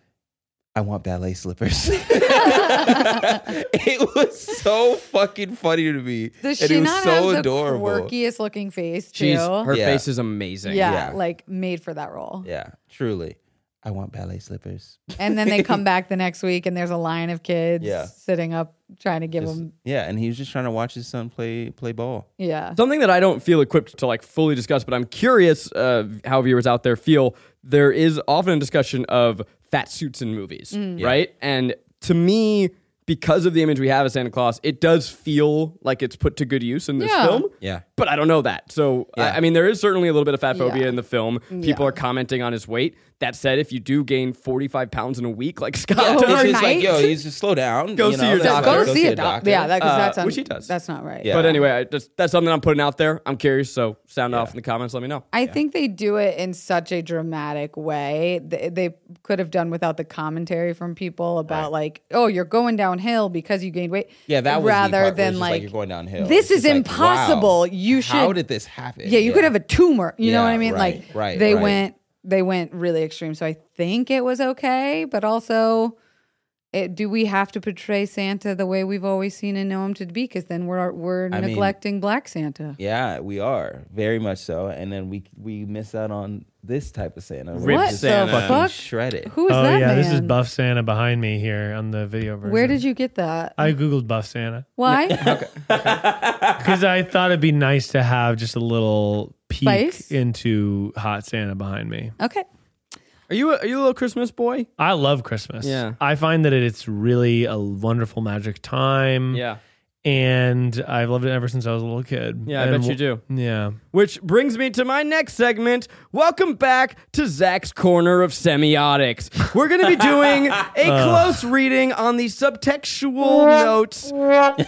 I want ballet slippers. it was so fucking funny to me.
Does
and
she
it was
not
so
have the
adorable.
quirkiest looking face too?
She's, her
Yeah.
face is amazing.
yeah,
yeah.
like made for that role.
Yeah, truly. I want ballet slippers.
And then they come back the next week and there's a line of kids
Yeah.
sitting up trying to give
Just-
them
yeah, and he was just trying to watch his son play play ball.
yeah.
Something that I don't feel equipped to like fully discuss, but I'm curious uh, how viewers out there feel. There is often a discussion of fat suits in movies,
Mm.
right? And to me, because of the image we have of Santa Claus, it does feel like it's put to good use in this
Yeah.
film.
Yeah.
But I don't know that. So,
Yeah.
I, I mean, there is certainly a little bit of fat phobia
Yeah.
in the film. People are commenting on his weight. That said, if you do gain 45 pounds in a week, like Scott
Yeah,
does,
it's just like,
Overnight?
yo, you just slow down.
Go
you
see your
that's
doctor.
fine.
Go,
Go
see a doctor. Yeah, that, 'cause
Uh,
that's un-
which he does.
That's not right.
Yeah.
But anyway, I just, that's something I'm putting out there. I'm curious. So, sound off in the comments. Let me know.
I think they do it in such a dramatic way. They, they could have done without the commentary from people about like, oh, you're going downhill because you gained weight.
Yeah, that was the
rather
part where it's
than
just
like,
like, you're going downhill. It's
This
just
is
like,
impossible.
wow,
you should.
how did this happen?
Yeah, you could
Yeah.
have a tumor. You know
Yeah,
what I mean?
right,
like,
right,
they
right.
went they went really extreme. So I think it was okay, but also. It, do we have to portray Santa the way we've always seen and know him to be? Because then we're we're
mean-
neglecting Black Santa.
Yeah, we are very much so, and then we we miss out on this type of Santa. which
Rip
what
is
Santa.
the
fucking
fuck?
shredded.
Who is
oh
that
yeah,
man?
this is Buff Santa behind me here on the video version.
Where did you get that?
I googled Buff Santa
Why?
because I thought it'd be nice to have just a little peek
Spice?
into hot Santa behind me.
okay.
Are you a, are you a little Christmas boy?
I love Christmas.
Yeah.
I find that it's really a wonderful magic time.
Yeah.
and I've loved it ever since I was a little kid.
Yeah, I
And
bet you
w- Yeah,
Which brings me to my next segment. Welcome back to Zach's Corner of Semiotics. We're going to be doing a close reading on the subtextual notes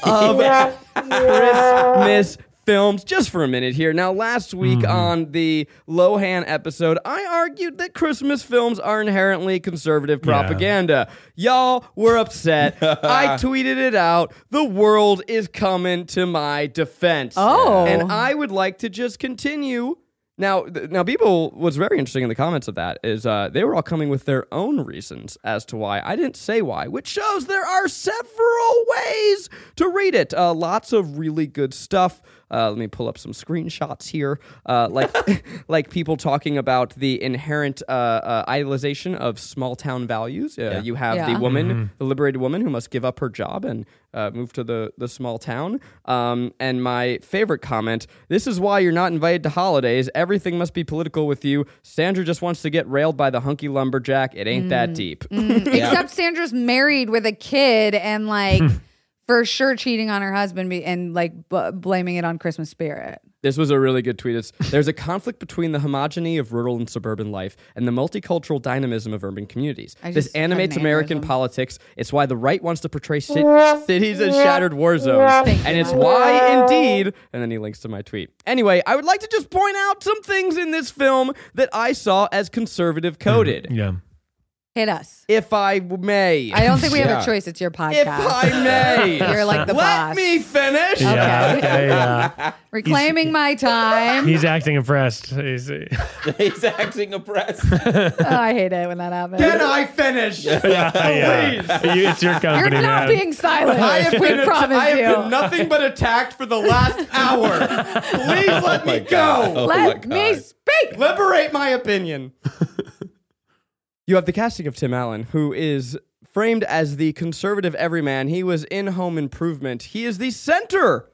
of Christmas films just for a minute here. Now, last week on the Lohan episode, I argued that Christmas films are inherently conservative propaganda. Y'all were upset. I tweeted it out. The world is coming to my defense.
Oh.
And I would like to just continue. Now, th- now, people. What's very interesting in the comments of that is uh, they were all coming with their own reasons as to why I didn't say why, which shows there are several ways to read it. Uh, lots of really good stuff. Uh, let me pull up some screenshots here. Uh, like, like people talking about the inherent uh, uh, idealization of small town values. Uh, You have
Yeah.
the woman, the liberated woman, who must give up her job and uh, move to the the small town. Um, and my favorite comment: This is why you're not invited to holidays. Everything must be political with you. Sandra just wants to get railed by the hunky lumberjack. It ain't that deep.
Except Sandra's married with a kid and like
Hmm.
for sure cheating on her husband be- and like b- blaming it on Christmas spirit.
This was a really good tweet. It's, there's a conflict between the homogeny of rural and suburban life and the multicultural dynamism of urban communities.
I
This
just
animates
couldn't
American
handle them.
politics. It's why the right wants to portray ci- cities as shattered war zones.
Thank
and
you,
it's
Mike.
why, indeed. And then he links to my tweet. Anyway, I would like to just point out some things in this film that I saw as conservative coded.
Yeah.
Hit us.
If I may.
I don't think we have
Yeah.
a choice. It's your
if
podcast.
I may.
You're like the
Let
boss.
me finish.
Yeah. Okay. Yeah.
Reclaiming my time.
He's acting impressed. He's, yeah,
He's acting oppressed.
Oh, I hate it when that happens.
Can I finish?
yeah. You- it's your
You're
company,
not
man.
being silent.
I have
we
been att-
promise
I have
you.
been nothing but attacked for the last hour. Please let me go.
Oh my
Let
Oh God.
me speak.
Liberate my opinion. you have the casting of Tim Allen, who is framed as the conservative everyman. He was in Home Improvement. He is the center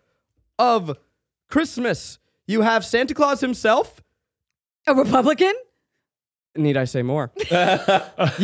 of Christmas. You have Santa Claus himself.
A Republican?
Need I say more? you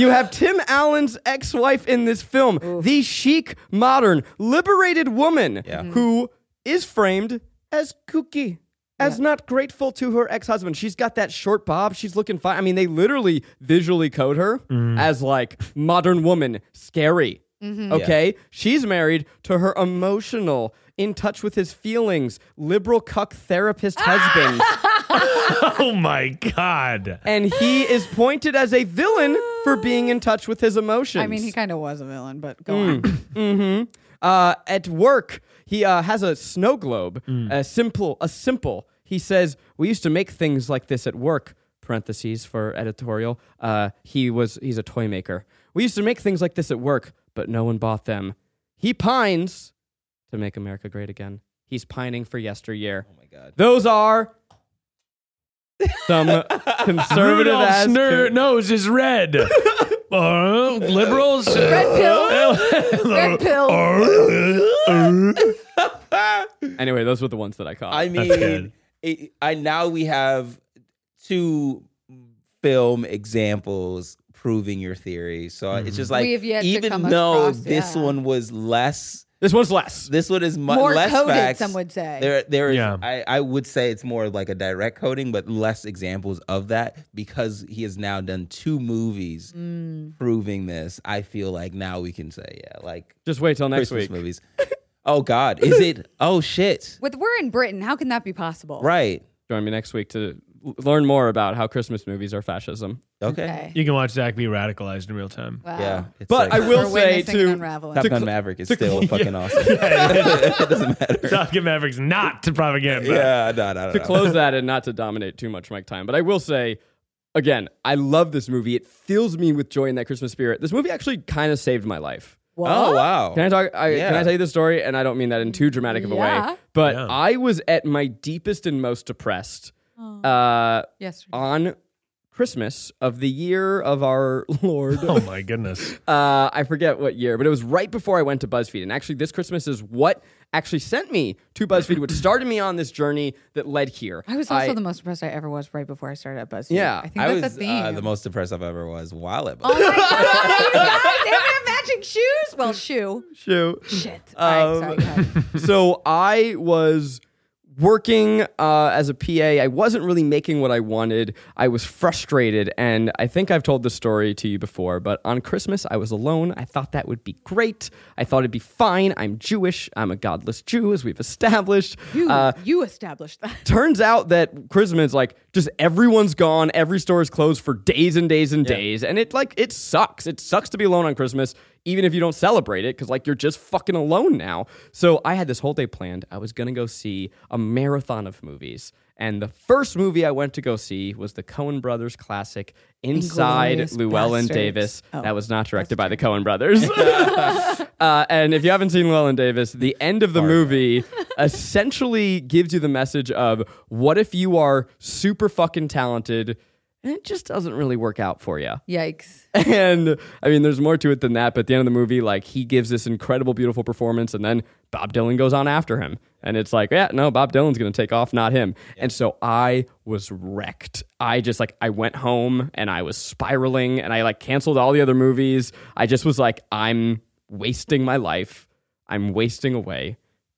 have Tim Allen's ex wife in this film, the chic, modern, liberated woman who is framed as kooky, as not grateful to her ex husband. She's got that short bob. She's looking fine. I mean, they literally visually code her as like modern woman, scary. Okay? She's married to her emotional, in touch with his feelings, liberal cuck therapist husband
Oh my god.
and he is pointed as a villain for being in touch with his emotions.
I mean, he kind of was a villain, but go
Hmm.
on.
uh, at work he uh, has a snow globe,
Mm.
a simple, a simple. He says we used to make things like this at work. Parentheses for editorial. Uh, he was he's a toy maker. We used to make things like this at work, but no one bought them. He pines to make America great again. He's pining for yesteryear. Oh my God! Those are some conservative
Rudolph's
ass.
ner- nose is red. Uh, liberals. uh,
Red pill. Red
Oh.
pill.
Anyway, those were the ones that I caught.
I
good.
mean, it, I now we have two film examples proving your theory. So it's just like
We have yet to
even
come
though
across-
this
yeah.
one was less,
This one's less.
this one is much
More
less
coded,
facts.
some would say.
There, there is.
Yeah.
I, I would say it's more like a direct coding, but less examples of that because he has now done two movies
Hmm.
proving this. I feel like now we can say, yeah, like
Just wait till next
Christmas
week.
movies. Oh God, is it? Oh shit!
With we're in Britain, how can that be possible?
Right.
Join me next week to l- learn more about how Christmas movies are fascism.
Okay.
Okay.
You can watch Zach be radicalized in real time.
Wow.
Yeah. It's
But I will
We're
say
witnessing an
to
unraveling.
Top
to
Gun
cl-
Maverick is
to
still
cl-
fucking awesome. it doesn't matter.
Top Gun Maverick's not to propaganda.
Yeah, no, no, no.
to
no.
close that and not to dominate too much Mike time, but I will say again, I love this movie. It fills me with joy and that Christmas spirit. This movie actually kind of saved my life.
Oh wow.
Can I talk? I, Can I
Yeah.
tell you the story? And I don't mean that in too dramatic of a
Yeah.
way, but
Yeah.
I was at my deepest and most depressed uh,
Yesterday.
on Christmas of the year of our Lord.
Oh my goodness.
uh, I forget what year, but it was right before I went to BuzzFeed. And actually, this Christmas is what actually sent me to BuzzFeed, which started me on this journey that led here.
I was also the most impressed I ever was right before I started at BuzzFeed.
Yeah,
I think
I
that's
was
a theme.
uh, the most depressed I've ever was while at
oh my god! You guys, they have matching shoes. Well, shoe.
shoe.
Shit.
Um,
All right, sorry, go ahead.
so I was working uh, as a PA. I wasn't really making what I wanted. I was frustrated, and I think I've told this story to you before. But on Christmas, I was alone. I thought that would be great. I thought it'd be fine. I'm Jewish. I'm a godless Jew, as we've established.
You,
Uh,
you established that.
turns out that Christmas, like, just everyone's gone. Every store is closed for days and days and days, and it like it sucks. It sucks to be alone on Christmas, even if you don't celebrate it, because like you're just fucking alone now. So I had this whole day planned. I was gonna go see a marathon of movies. And the first movie I went to go see was the Coen Brothers classic Inside
Inglourious
Llewellyn
Bastards.
Davis.
Oh.
That was not directed by the Coen Brothers. uh, and if you haven't seen Llewellyn Davis, the end of the movie essentially gives you the message of what if you are super fucking talented and it just doesn't really work out for you.
Yikes.
And I mean, there's more to it than that. But at the end of the movie, like he gives this incredible, beautiful performance, and then Bob Dylan goes on after him, and it's like, yeah, no, Bob Dylan's gonna take off, not him. And so I was wrecked. I just like I went home and I was spiraling, and I like canceled all the other movies. I just was like, I'm wasting my life. I'm wasting away.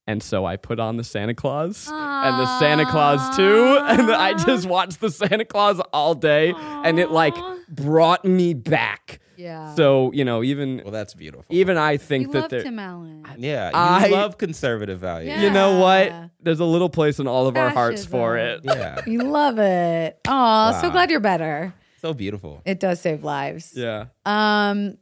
And so I put on the Santa Claus and the Santa Claus too. And I just watched the Santa Claus all day and it like brought me back.
Yeah.
So, you know, even
Well, that's beautiful.
even I think
you
that
love
there
Tim Allen.
yeah, you
I-
love conservative values.
Yeah.
You know
Yeah.
what? There's a little place in all of our hearts
Fascism.
for it.
Yeah.
you love it. Oh, so
Wow.
glad you're better.
so beautiful.
It does save lives.
Yeah.
Um,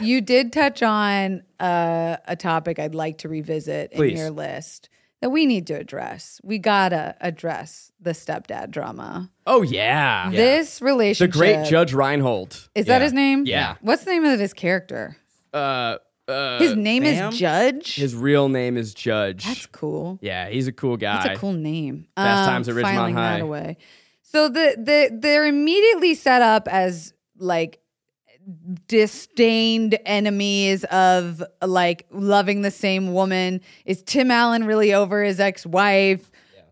you did touch on uh, a topic I'd like to revisit in
Please.
your list that we need to address. We gotta address the stepdad drama.
Oh yeah.
This
The
relationship,
great Judge Reinhold.
is that his name?
Yeah.
What's the name of his character?
Uh, uh
His name
Sam?
is Judge.
his real name is Judge.
That's cool.
yeah, he's a cool guy.
That's a cool name.
Fast Times at Ridgemont
filing
High.
That away. So the the they're immediately set up as like disdained enemies of like loving the same woman. Is Tim Allen really over his ex-wife?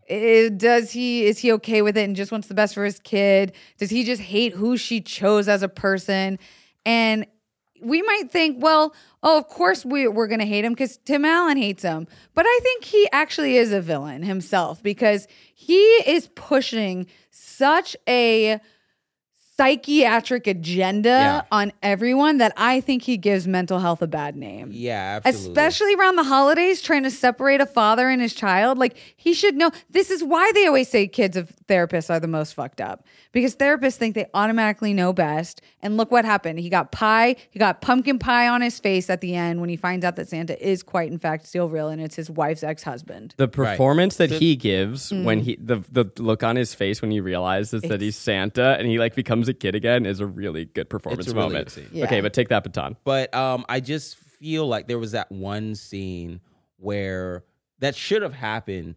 Eh, does he is he okay with it and just wants the best for his kid? Does he just hate who she chose as a person? And we might think, well, oh, of course we, we're going to hate him because Tim Allen hates him. But I think he actually is a villain himself because he is pushing such a psychiatric agenda
Yeah.
on everyone that I think he gives mental health a bad name.
Yeah, absolutely.
Especially around the holidays, trying to separate a father and his child. Like, he should know. This is why they always say kids of therapists are the most fucked up because therapists think they automatically know best. And look what happened. He got pie, he got pumpkin pie on his face at the end when he finds out that Santa is quite, in fact, still real and it's his wife's ex husband.
The performance that he gives
Mm.
when he the the look on his face when he realizes that he's Santa and he like becomes a kid again is a really good performance
It's a really
moment.
good scene.
Yeah.
Okay, but take that baton.
But um, I just feel like there was that one scene where that should have happened.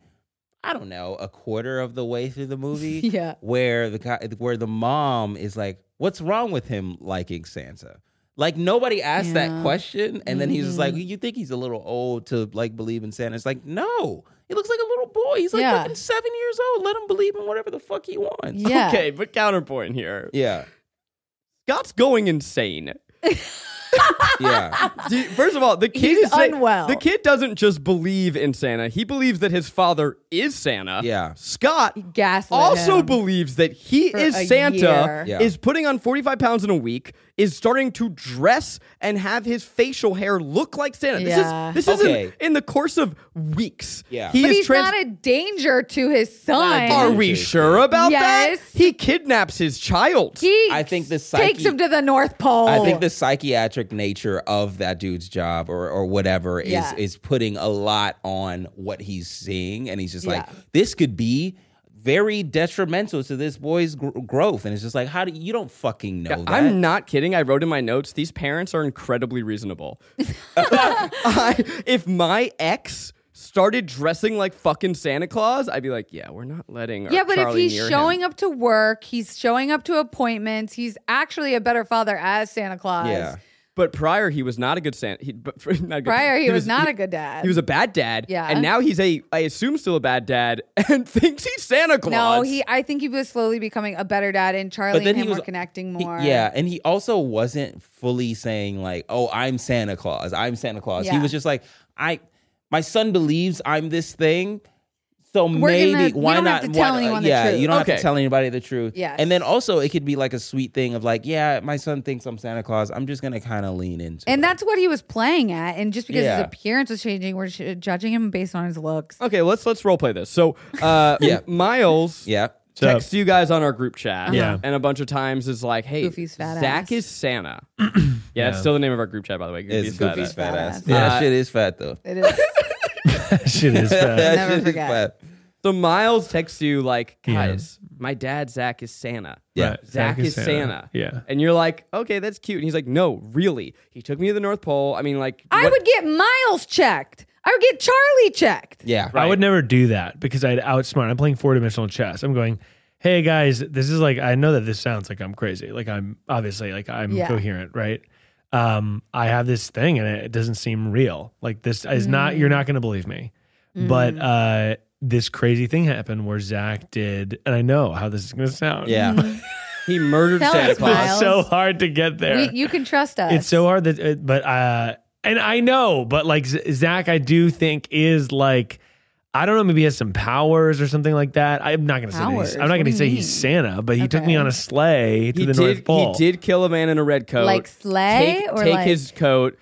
I don't know, a quarter of the way through the movie,
Yeah.
where the guy, where the mom is like, "What's wrong with him liking Santa?" Like nobody asked that
Yeah. Mm-hmm.
question, and then he's just like, "You think he's a little old to like believe in Santa?" It's like, no, he looks like a little boy. He's like
Yeah.
fucking seven years old. Let him believe in whatever the fuck he wants.
Yeah.
Okay, but counterpoint here.
Yeah,
Scott's going insane.
yeah,
Do you- First of all, the kid
He's
is sa-
unwell.
The kid doesn't just believe in Santa; he believes that his father is Santa.
Yeah.
Scott
gaslit
also
him.
believes that he
For a
is Santa.
year.
Yeah.
Is putting on forty five pounds in a week. Is starting to dress and have his facial hair look like Santa.
Yeah.
This is this
Okay.
isn't in the course of weeks.
Yeah.
he
But
is
he's
trans-
not a danger to his son.
Are we sure about
Yes.
that? He kidnaps his child.
He
I think the psyche-
takes him to the North Pole.
I think the psychiatric nature of that dude's job or or whatever
Yeah.
is is putting a lot on what he's seeing, and he's just like,
Yeah.
this could be very detrimental to this boy's gr- growth, and it's just like, how do you don't fucking know that?
I'm not kidding. I wrote in my notes, these parents are incredibly reasonable. I, if my ex started dressing like fucking Santa Claus, I'd be like, yeah, we're not letting our
Yeah, but
Charlie
if he's showing up to work, he's showing up to appointments, he's actually a better father as Santa Claus.
yeah,
But prior, he was not a good Santa. He, but, not a good,
Prior, he, was, not
he-
a good dad.
He was a bad dad.
Yeah.
And now he's a, I assume, still a bad dad and thinks he's Santa Claus.
no, he. I think he was slowly becoming a better dad, and Charlie
but then
and
he
him
was
were connecting
he-
more.
yeah, and he also wasn't fully saying like, "Oh, I'm Santa Claus. I'm Santa Claus." He
Yeah.
was just like, "I, my son believes I'm this thing." So
We're
maybe
gonna- you
why
don't
not?
have to tell
why-
anyone the
yeah,
truth.
you don't have
Okay.
to tell anybody the truth.
Yes.
and then also it could be like a sweet thing of like, "Yeah, my son thinks I'm Santa Claus. I'm just gonna kind of lean into."
and
it.
that's what he was playing at. And just because
Yeah.
his appearance was changing, we're ju- judging him based on his looks.
Okay, let's let's role play this. So, uh,
Yeah.
Miles,
yeah,
texts you guys on our group chat.
Yeah.
And a bunch of times is like, hey,
Goofy's fat
Zach
ass.
is Santa. yeah, that's still the name of our group chat, by the way. Goofy's
it's
fat
Goofy's
ass.
fat
fat
ass.
ass.
Yeah,
Uh,
shit is fat though.
It is.
Shit is bad.
That
Never
shit is
forget.
fat.
So Miles texts you like,
Yeah.
guys, my dad Zach is Santa.
Yeah.
Right.
Zach, is Santa.
Yeah.
And you're like, okay, that's cute. And he's like, no, really. He took me to the North Pole. I mean, like,
I
what-
would get Miles checked. I would get Charlie checked.
Yeah.
I would never do that because I'd outsmart. I'm playing four dimensional chess. I'm going, hey guys, this is like I know that this sounds like I'm crazy. Like I'm obviously like I'm
Yeah.
coherent, right? Um, I have this thing and it doesn't seem real. Like this is not you're not gonna believe me. But
Mm.
uh this crazy thing happened where Zach did and I know how this is gonna sound.
Yeah.
he murdered
Tell
Santa
us,
Claus.
Miles.
It's so hard to get there.
We, you can trust us.
It's so hard that, uh, but uh, and I know, but like Z- Zach, I do think is like, I don't know, maybe he has some powers or something like that. I'm not gonna say that he's,
Powers?
I'm not
What do
gonna
you
say
mean?
he's Santa, but he took me
Okay.
on a sleigh to
He
the North
did, he
Pole.
did kill a man in a red coat.
Like sleigh
Take,
or
take
like-
his coat.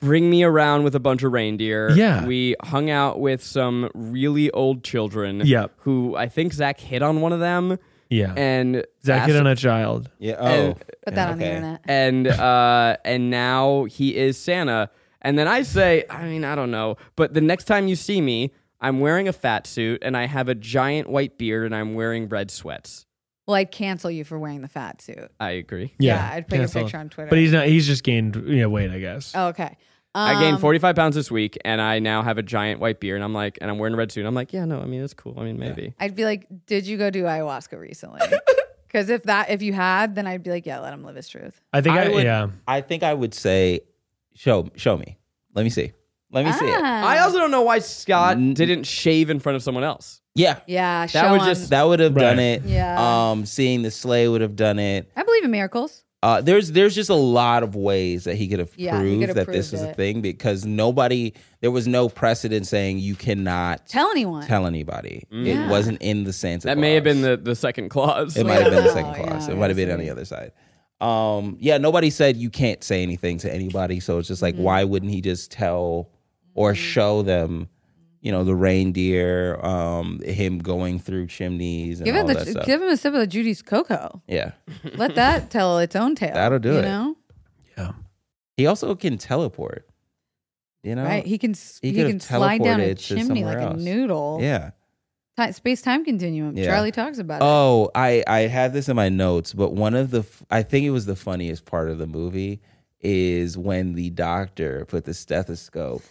Bring me around with a bunch of reindeer.
Yeah.
We hung out with some really old children.
Yep.
Who I think Zach hit on one of them.
Yeah,
And
Zach
asked-
hit on a child.
Yeah.
and-
Oh.
Put that on the
Okay.
internet.
and uh, and now he is Santa. And then I say, I mean, I don't know, but the next time you see me, I'm wearing a fat suit and I have a giant white beard and I'm wearing red sweats.
Well, I'd cancel you for wearing the fat suit.
I agree.
Yeah,
I'd put your
cancel.
picture on Twitter.
But he's not. He's just gained you know weight, I guess.
Oh, okay.
I gained
Um,
45 pounds this week and I now have a giant white beard and I'm like, and I'm wearing a red suit. And I'm like, yeah, no, I mean, it's cool. I mean, maybe.
I'd be like, did you go do ayahuasca recently? Because if that, if you had, then I'd be like, yeah, let him live his truth.
I think. I,
I would-
yeah.
I think I would say, show show me. Let me see. Let me see
Uh,
it.
I also don't know why Scott didn't shave in front of someone else.
Yeah.
yeah, that
would just-
That would have done
Right.
it.
Yeah.
Um, seeing the sleigh would have done it.
I believe in miracles.
Uh, there's there's just a lot of ways that he could have
Yeah, he
proved
could have
that this
proved
was a
it.
thing because nobody there was no precedent saying you cannot
Tell anyone.
tell anybody.
Yeah.
It wasn't in the
Mm.
Santa.
That may have
Claus.
been the, the second clause.
It might have been the second
oh, Yeah,
clause.
yeah,
it might have been on
absolutely.
the other side. Um, yeah, nobody said you can't say anything to anybody. So it's just
Mm-hmm.
like, why wouldn't he just tell or show them, you know, the reindeer, um, him going through chimneys and
give
all
him
that
the,
stuff.
give him a sip of the Judy's cocoa.
yeah.
Let that tell its own tale.
That'll do
you
it.
know?
He also can teleport. You know?
right? He can s-
he
he,
could
can
have
slide down a
teleported to
chimney
somewhere
like
else.
a noodle.
Yeah.
space time continuum.
Yeah.
Charlie talks about it.
Oh, I I had this in my notes, but one of the f- I think it was the funniest part of the movie is when the doctor put the stethoscope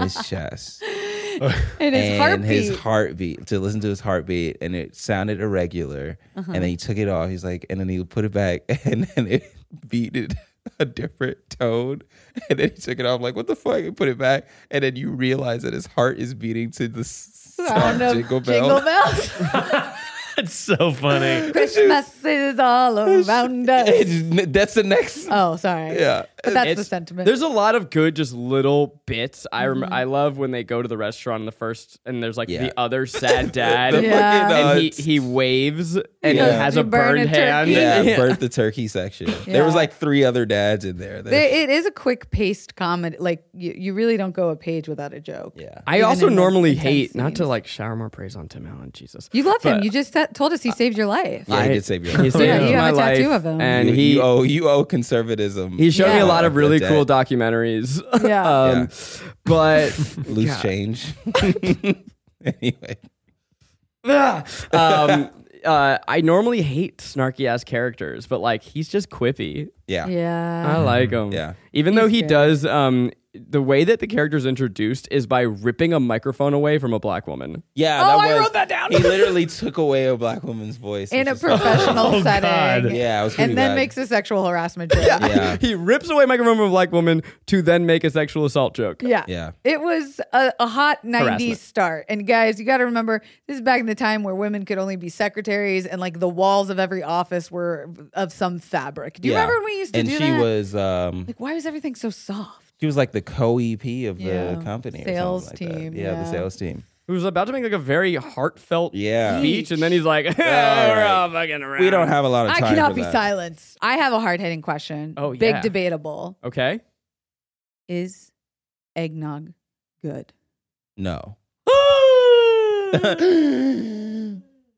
his chest
And his
and
heartbeat.
his heartbeat to listen to his heartbeat, and it sounded irregular.
Uh-huh.
And then he took it off. He's like, and then he put it back, and then it beat a different tone. And then he took it off, like, what the fuck? And put it back, and then you realize that his heart is beating to the s-
Sound
sound
of
jingle bell.
jingle bells.
That's so funny.
Christmas is all around us.
It's- that's the next.
Oh, sorry.
Yeah.
But that's the
It's-
sentiment. Mm-hmm.
There's a lot of good, just little bits. I rem- I love when they go to the restaurant in the first, and there's like
Yeah.
the other sad dad,
The
Yeah.
fucking, uh,
and he he waves and
Yeah.
he has
You
a
burn a
burned hand.
turkey.
yeah,
Yeah.
birth the turkey section. There was
Yeah.
like three other dads in there. that-
There- it is a quick paced comedy. Like you, you really don't go a page without a joke.
yeah.
I
Even
also
in the
normally
intense
hate not to
scenes.
like shower more praise on Tim Allen. Jesus,
You love him.
But-
You just t- told us he saved your life.
Yeah, he did save your
He
life.
saved
Yeah, you
my
have a
life,
tattoo of him.
and
you,
he
you owe you owe conservatism.
he showed me
Yeah.
a lot of really
The
cool
debt,
documentaries.
Yeah.
um, but
loose change. anyway,
um, uh, I normally hate snarky ass characters, but like he's just quippy.
yeah, yeah,
yeah.
I like him.
Yeah.
Even though he does, um, the way that the character is introduced is by ripping a microphone away from a black woman.
that
Oh, I
was-
wrote that down.
he literally took away a black woman's voice
In
which
a
is like-
professional
Oh,
setting.
God.
Yeah, it was pretty
And then
bad.
makes a sexual harassment joke.
Yeah.
he rips away a microphone from a black woman to then make a sexual assault joke.
Yeah.
Yeah.
It was a, a hot 90s
Harassment.
start. And guys, you got to remember, this is back in the time where women could only be secretaries and like the walls of every office were of some fabric. Do you
Yeah.
remember when we used to
and
do
she
that?
was um
like, why was everything so soft?
she was like the co EP of the
Yeah.
company, or
Sales
something like that.
team,
Yeah, the
yeah.
sales team.
Who's about to make like a very heartfelt
Yeah.
speech, and then he's like, "Hey,
All
"We're
right.
all fucking around."
We don't have a lot of
I
time.
cannot
for
be
that.
silenced. I have a hard hitting question.
Oh, yeah.
Big debatable.
Okay.
Is eggnog good?
No,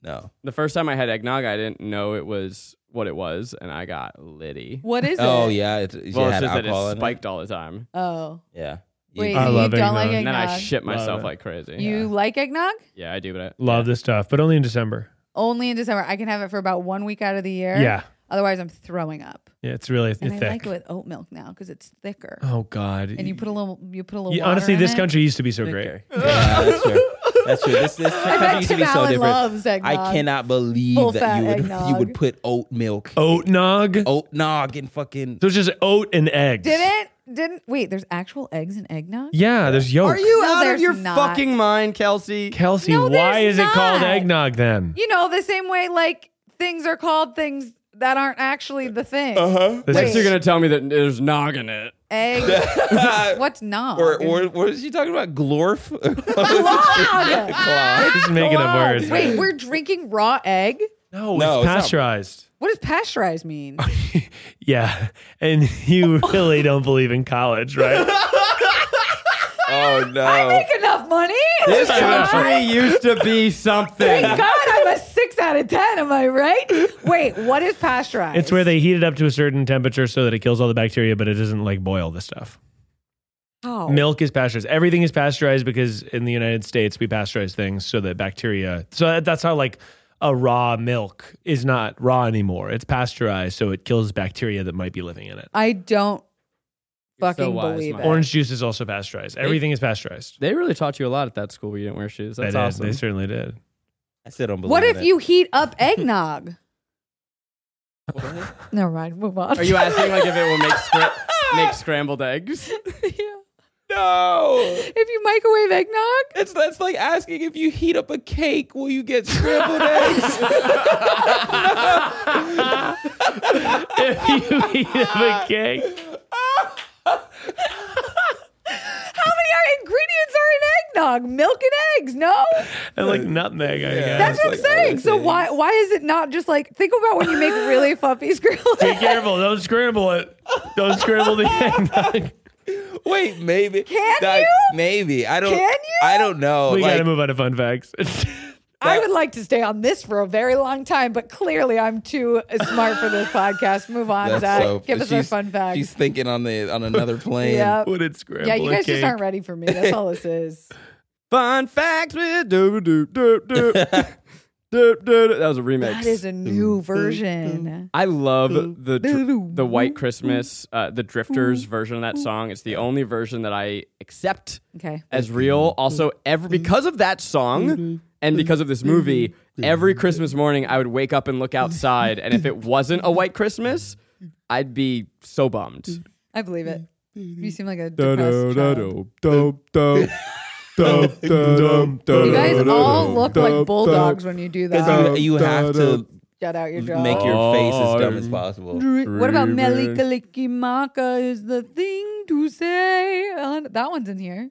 no.
the first time I had eggnog, I didn't know it was what it was, and I got litty.
What is it?
Oh yeah, it's, she
Well, it's
had
just that
alcohol
it's
in it.
spiked all the time.
Oh.
Yeah.
Wait,
I
so
love
you don't like
eggnog.
eggnog?
and then I shit
Love
myself
it.
like crazy.
you like eggnog?
yeah, I do, but I,
Love this stuff, but only in December.
Only in December. I can have it for about one week out of the year.
Yeah.
Otherwise, I'm throwing up.
Yeah, it's really
And
thick.
I like it with oat milk now because it's thicker.
Oh God.
And you put a little. You put a little.
You-
water
honestly,
in
this
it.
country used to be so great.
Yeah, that's true. That's true. This this
I
country
bet
used to
Tim
be so
Allen
different.
loves eggnog.
I cannot believe
Full
that
fat
you would you
eggnog.
would put oat milk,
Oat nog. So
oat nog, and fucking.
it's just oat and eggs.
Did it? Didn't wait? There's actual eggs in eggnog.
Yeah, there's yolk.
Are you
No,
out of
there's
your
not.
fucking mind, Kelsey?
Kelsey?
No,
why
there's
is it called
not.
eggnog then?
You know, the same way like things are called things that aren't actually the thing. Uh-huh.
This
Next,
is-
you're gonna tell me that there's nog in it.
Egg. What's nog?
or or what was she talking about? Glorf.
Nog!
Glorf.
He's making up words.
Wait, we're drinking raw egg?
No,
no, it's
it's not-
pasteurized.
What does pasteurized mean?
Oh.
Yeah, and you really don't believe in college, right?
Oh no.
Make enough money.
This country used to be something.
Thank God I'm a six out of ten. Am I right? Wait, what is pasteurized?
it's where they heat it up to a certain temperature so that it kills all the bacteria, but it doesn't like boil the stuff.
oh.
Milk is pasteurized. Everything is pasteurized because in the United States we pasteurize things so that bacteria. So that, that's how like a raw milk is not raw anymore. It's pasteurized, so it kills bacteria that might be living in it.
I don't
You're so
fucking
wise,
believe it.
Mike.
Orange juice is also pasteurized. Everything is pasteurized.
They really taught you a lot at that school where you didn't wear shoes. That's
They did.
awesome.
They certainly did.
I still don't believe.
What if
it.
you heat up eggnog? Never mind. Move on.
Are you asking like if it will make scra- make scrambled eggs?
yeah.
No.
If you microwave eggnog,
It's that's like asking if you heat up a cake, will you get scrambled eggs?
if you eat a cake,
how many are ingredients are in eggnog? Milk and eggs. No,
and like nutmeg, I guess.
that's what I'm
like oh,
saying.
other
So
things.
why why is it not just like think about when you make really fluffy grilled
Be
eggs?
careful. Don't scramble it. Don't scramble the eggnog.
Wait, maybe.
Can
Like,
you?
Maybe. I don't
Can you?
I don't know.
We
like,
gotta move on to fun facts.
I would like to stay on this for a very long time, but clearly I'm too smart for this podcast. Move on,
that's
Zach.
so-
Give us our
she's-
fun
She's
facts.
thinking on the on another plane.
Yeah.
Would it scramble?
Yeah, you
a
guys
cake?
just aren't ready for me. That's all this is.
Fun facts with doop doop doop doop doop doop. That was a remix.
That is a new version.
I love the dr- the White Christmas, uh, the Drifters version of that song. It's the only version that I accept
Okay.
as real. Also, every because of that song and because of this movie, every Christmas morning I would wake up and look outside, and if it wasn't a White Christmas, I'd be so bummed.
I believe it. You seem like a
You
depressed child.
guys
You guys all look like bulldogs when you do that.
You, you have to
Shut out your jaw.
make your face as dumb as possible.
what about Melikalikimaka is the thing to say? On, that one's in here.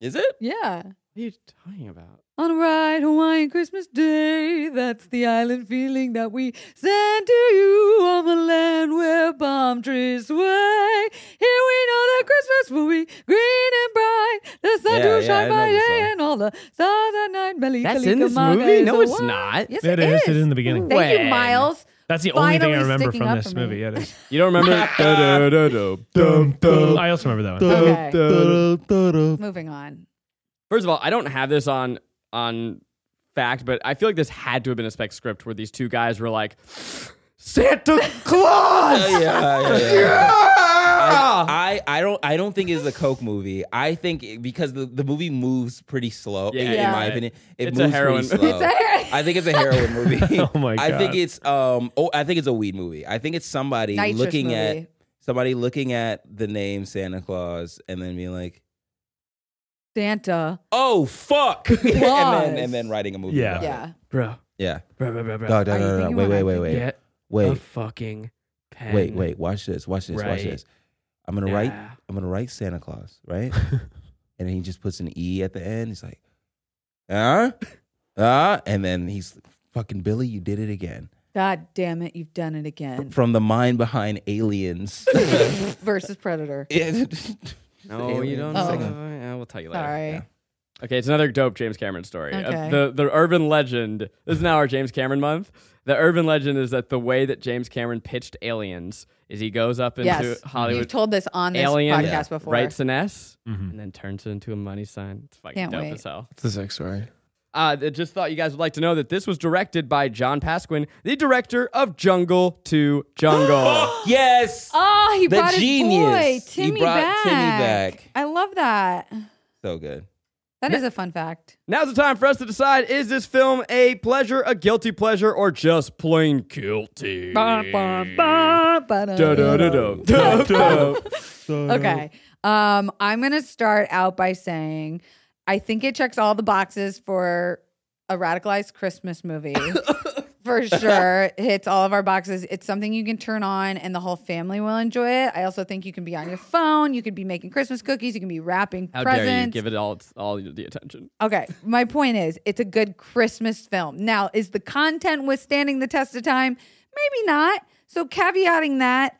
Is it?
Yeah.
What are you talking about?
On a ride Hawaiian Christmas Day, that's the island feeling that we send to you on the land where palm trees sway. Here we know that Christmas will be green and bright, the sun
Yeah,
will
yeah,
shine
I know
by
this
day
song.
and all the stars at night. Melly
That's
Kali
in this
Kamaka
movie?
is
No,
a
it's
wa-
not.
Yes,
Yeah,
it
it is. It's in the beginning.
Thank you,
When?
Miles.
That's the only thing I
Finally
remember
sticking
from
up
this
for me.
movie. Yeah, it is.
You don't remember?
I also remember that one.
Okay, moving on.
First of all, I don't have this on on fact, but I feel like this had to have been a spec script where these two guys were like, Santa Claus!
Yeah, yeah, yeah.
Ah!
I, I don't I don't think it's a Coke movie. I think it- because the, the movie moves pretty slow. in- in,
Yeah.
my opinion, it
It's a
moves
heroin-
pretty slow.
It's
a heroin-
I think it's a heroin movie.
Oh my
I think
God.
it's um oh I think it's a weed movie. I think it's somebody
Nitrous
looking
movie.
at somebody looking at the name Santa Claus and then being like,
Santa.
oh fuck, and then
Claus.
and then writing a movie.
Yeah.
about it.
Yeah.
Bro,
yeah.
bro, bro, bro, bro.
No, no,
Are you
no, no,
thinking
Wait,
what
wait,
I'm
wait, wait,
Get a
wait,
fucking pen.
wait, wait. Watch this. Watch this.
Right.
Watch this. I'm gonna write.
Yeah.
I'm gonna write Santa Claus, right? and he just puts an E at the end. He's like, ah, ah, and then he's fucking Billy. You did it again.
God damn it, you've done it again.
From the mind behind Aliens.
Versus Predator.
No, you don't.
Oh.
know. Yeah, we'll tell you later.
Sorry.
Okay, it's another dope James Cameron story. Uh,
Okay.
the the urban legend. This is now our James Cameron month. The urban legend is that the way that James Cameron pitched Aliens is he goes up into
yes,
Hollywood
You've told this on this
Alien
podcast before.
writes an S
Mhm.
and then turns it into a money sign. It's fucking
Can't
dope
wait.
as hell.
What's the sex story?
Uh, I just thought you guys would like to know that this was directed by John Pasquin, the director of Jungle to Jungle.
Yes.
Oh, he
The
brought his
genius.
boy
He
Timmy
brought
back.
Timmy back.
I love that.
So good.
That is a fun fact.
Now's the time for us to decide is this film a pleasure, a guilty pleasure, or just plain guilty? Da-da-da-da.
Okay. Um, I'm gonna start out by saying I think it checks all the boxes for a radicalized Christmas movie. For sure. It hits all of our boxes. It's something you can turn on and the whole family will enjoy it. I also think you can be on your phone, you could be making Christmas cookies, you can be wrapping
How
presents.
dare you give it all its, all the attention?
Okay, my point is, it's a good Christmas film. Now, is the content withstanding the test of time? Maybe not. So, caveating that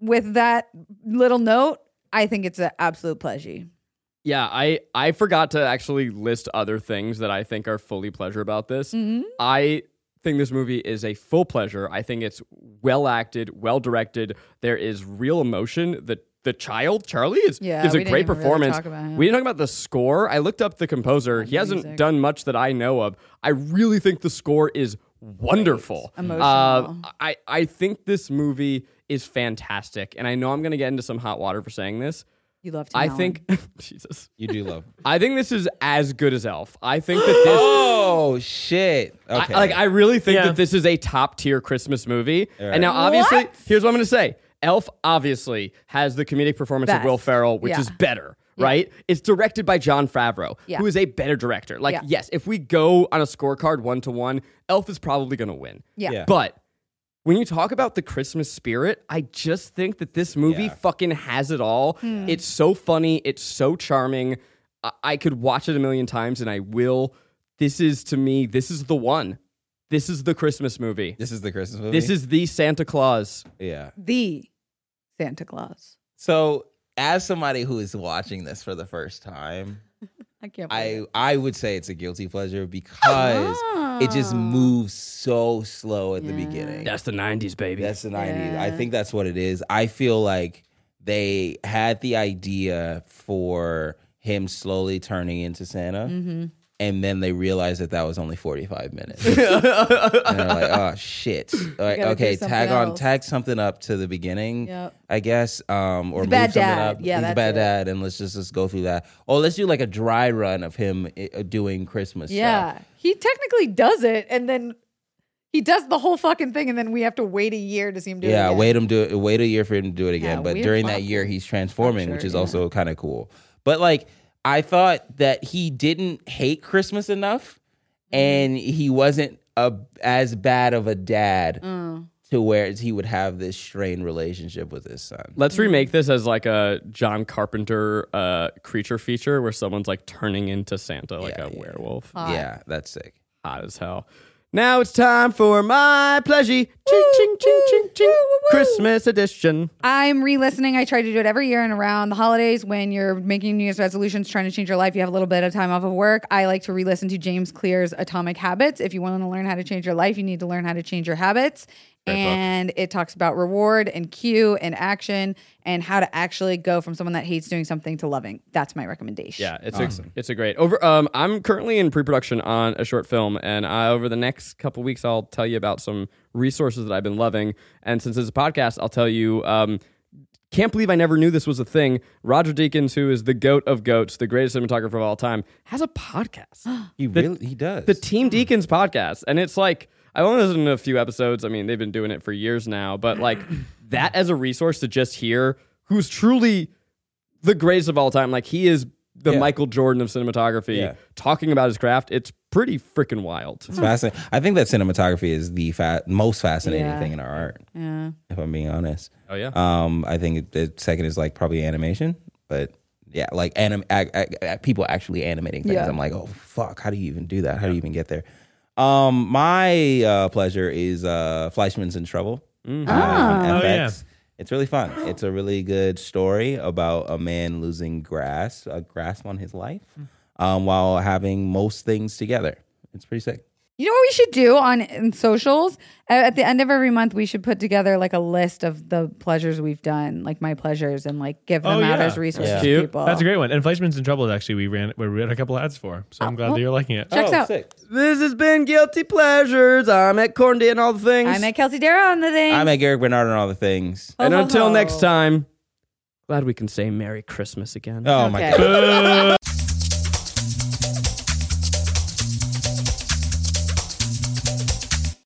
with that little note, I think it's an absolute pleasure.
Yeah, I I forgot to actually list other things that I think are fully pleasure about this.
Mm-hmm.
I think this movie is a full pleasure. I think it's well acted, well directed. There is real emotion. The the child Charlie is
Yeah,
gives
we
a
didn't
great
even really
performance.
talk about him.
we didn't talk about the score. I looked up the composer. he hasn't done much that I know of. I really think the score is wonderful.
Emotional.
Uh, I I think this movie is fantastic, and I know I'm going to get into some hot water for saying this.
You love Tim
I
Allen.
think Jesus.
You do love.
I think this is as good as Elf. I think that this,
oh shit.
I-
Okay.
like, I really think
Yeah.
that this is a top tier Christmas movie. And now, obviously,
What?
here's what I'm going to say: Elf obviously has the comedic performance of Will
Best.
Ferrell, which
Yeah.
is better. Right? It's directed by John Favreau,
Yeah.
who is a better director. Like,
Yeah.
yes, if we go on a scorecard one to one, Elf is probably going to win.
Yeah.
Yeah.
But when you talk about the Christmas spirit, I just think that this movie
Yeah.
fucking has it all. It's so funny. It's so charming. I-, I could watch it a million times and I will. This is to me, this is the one. This is the Christmas movie.
this is the Christmas movie.
This is the Santa Claus.
yeah.
the Santa Claus.
So as somebody who is watching this for the first time,
I can't. Believe
I I would say it's a guilty pleasure because it
Oh.
just moves so slow at the beginning.
That's the 90s, baby.
That's the 90s. I
Yeah.
think that's what it is. I feel like they had the idea for him slowly turning into Santa.
Mm-hmm.
And then they realized that that was only 45 minutes. and they're like, oh, shit. All right,
gotta do
okay, tag
something
on,
else.
tag something up to the beginning,
Yep.
I guess, um, or
He's a
move
bad
something
dad.
up.
Yeah,
He's a
that's
bad
it.
dad, and let's just, just go through that. Or let's do like a dry run of him uh, doing Christmas
it. yeah,
stuff.
he technically does it, and then he does the whole fucking thing, and then we have to wait a year to see him do it.
yeah,
again.
wait him do it, wait a year for him to do it again.
Yeah,
but
weird
during
plot
that year, he's
I'm
transforming,
sure,
which is
yeah.
also kind of cool. But like, I thought that he didn't hate Christmas enough,
Mm-hmm.
and he wasn't a, as bad of a dad
Mm.
to where he would have this strained relationship with his son.
Let's remake this as like a John Carpenter uh, creature feature where someone's like turning into Santa like
Yeah,
a
yeah.
werewolf.
Yeah, that's sick.
hot as hell. Now it's time for my pleasure. Ching, ching, ching, ching, ching. Christmas edition.
I'm re-listening. I try to do it every year and around the holidays when you're making New Year's resolutions, trying to change your life. You have a little bit of time off of work. I like to re-listen to James Clear's Atomic Habits. If you want to learn how to change your life, you need to learn how to change your habits. and it talks about reward and cue and action and how to actually go from someone that hates doing something to loving. That's my recommendation.
Yeah, it's a, it's a great. Over um I'm currently in pre-production on a short film and I, over the next couple weeks I'll tell you about some resources that I've been loving and since it's a podcast I'll tell you um can't believe I never knew this was a thing. Roger Deakins, who is the goat of goats, the greatest cinematographer of all time, has a podcast.
He really he does.
the Team Deacons podcast, and it's like I only listened to a few episodes. I mean, they've been doing it for years now, but like that as a resource to just hear who's truly the greatest of all time. Like he is the
Yeah.
Michael Jordan of cinematography,
Yeah.
talking about his craft. It's pretty freaking wild.
it's fascinating. I think that cinematography is the fa- most fascinating
Yeah.
thing in our art.
Yeah.
If I'm being honest.
Oh yeah,
Um, I think the second is like probably animation, but yeah, like anim- ac- ac- ac- people actually animating things.
Yeah.
I'm like, oh fuck, how do you even do that? How do you even get there? Um, my uh, pleasure is uh, Fleischman's in Trouble. uh, on
Oh, yeah.
FX. It's really fun. It's a really good story about a man losing grasp, a grasp on his life, um, while having most things together. It's pretty sick.
You know what we should do on in socials? A- At the end of every month, we should put together like a list of the pleasures we've done, like my pleasures, and like give them
Oh,
out
yeah.
as resources
That's
to
cute.
people.
That's a great one. And Fleischman's in trouble. Actually, we ran we ran a couple ads for. So
Uh,
I'm glad that you're liking it.
Checks out.
Oh, sick.
This has been Guilty Pleasures. I'm at Corndy and all the things.
I met Kelsey Dara on the thing.
I make Eric Bernard and all the things.
and
Ho, ho,
until
ho.
next time, glad we can say Merry Christmas again.
Oh my
Okay.
god.
Boo.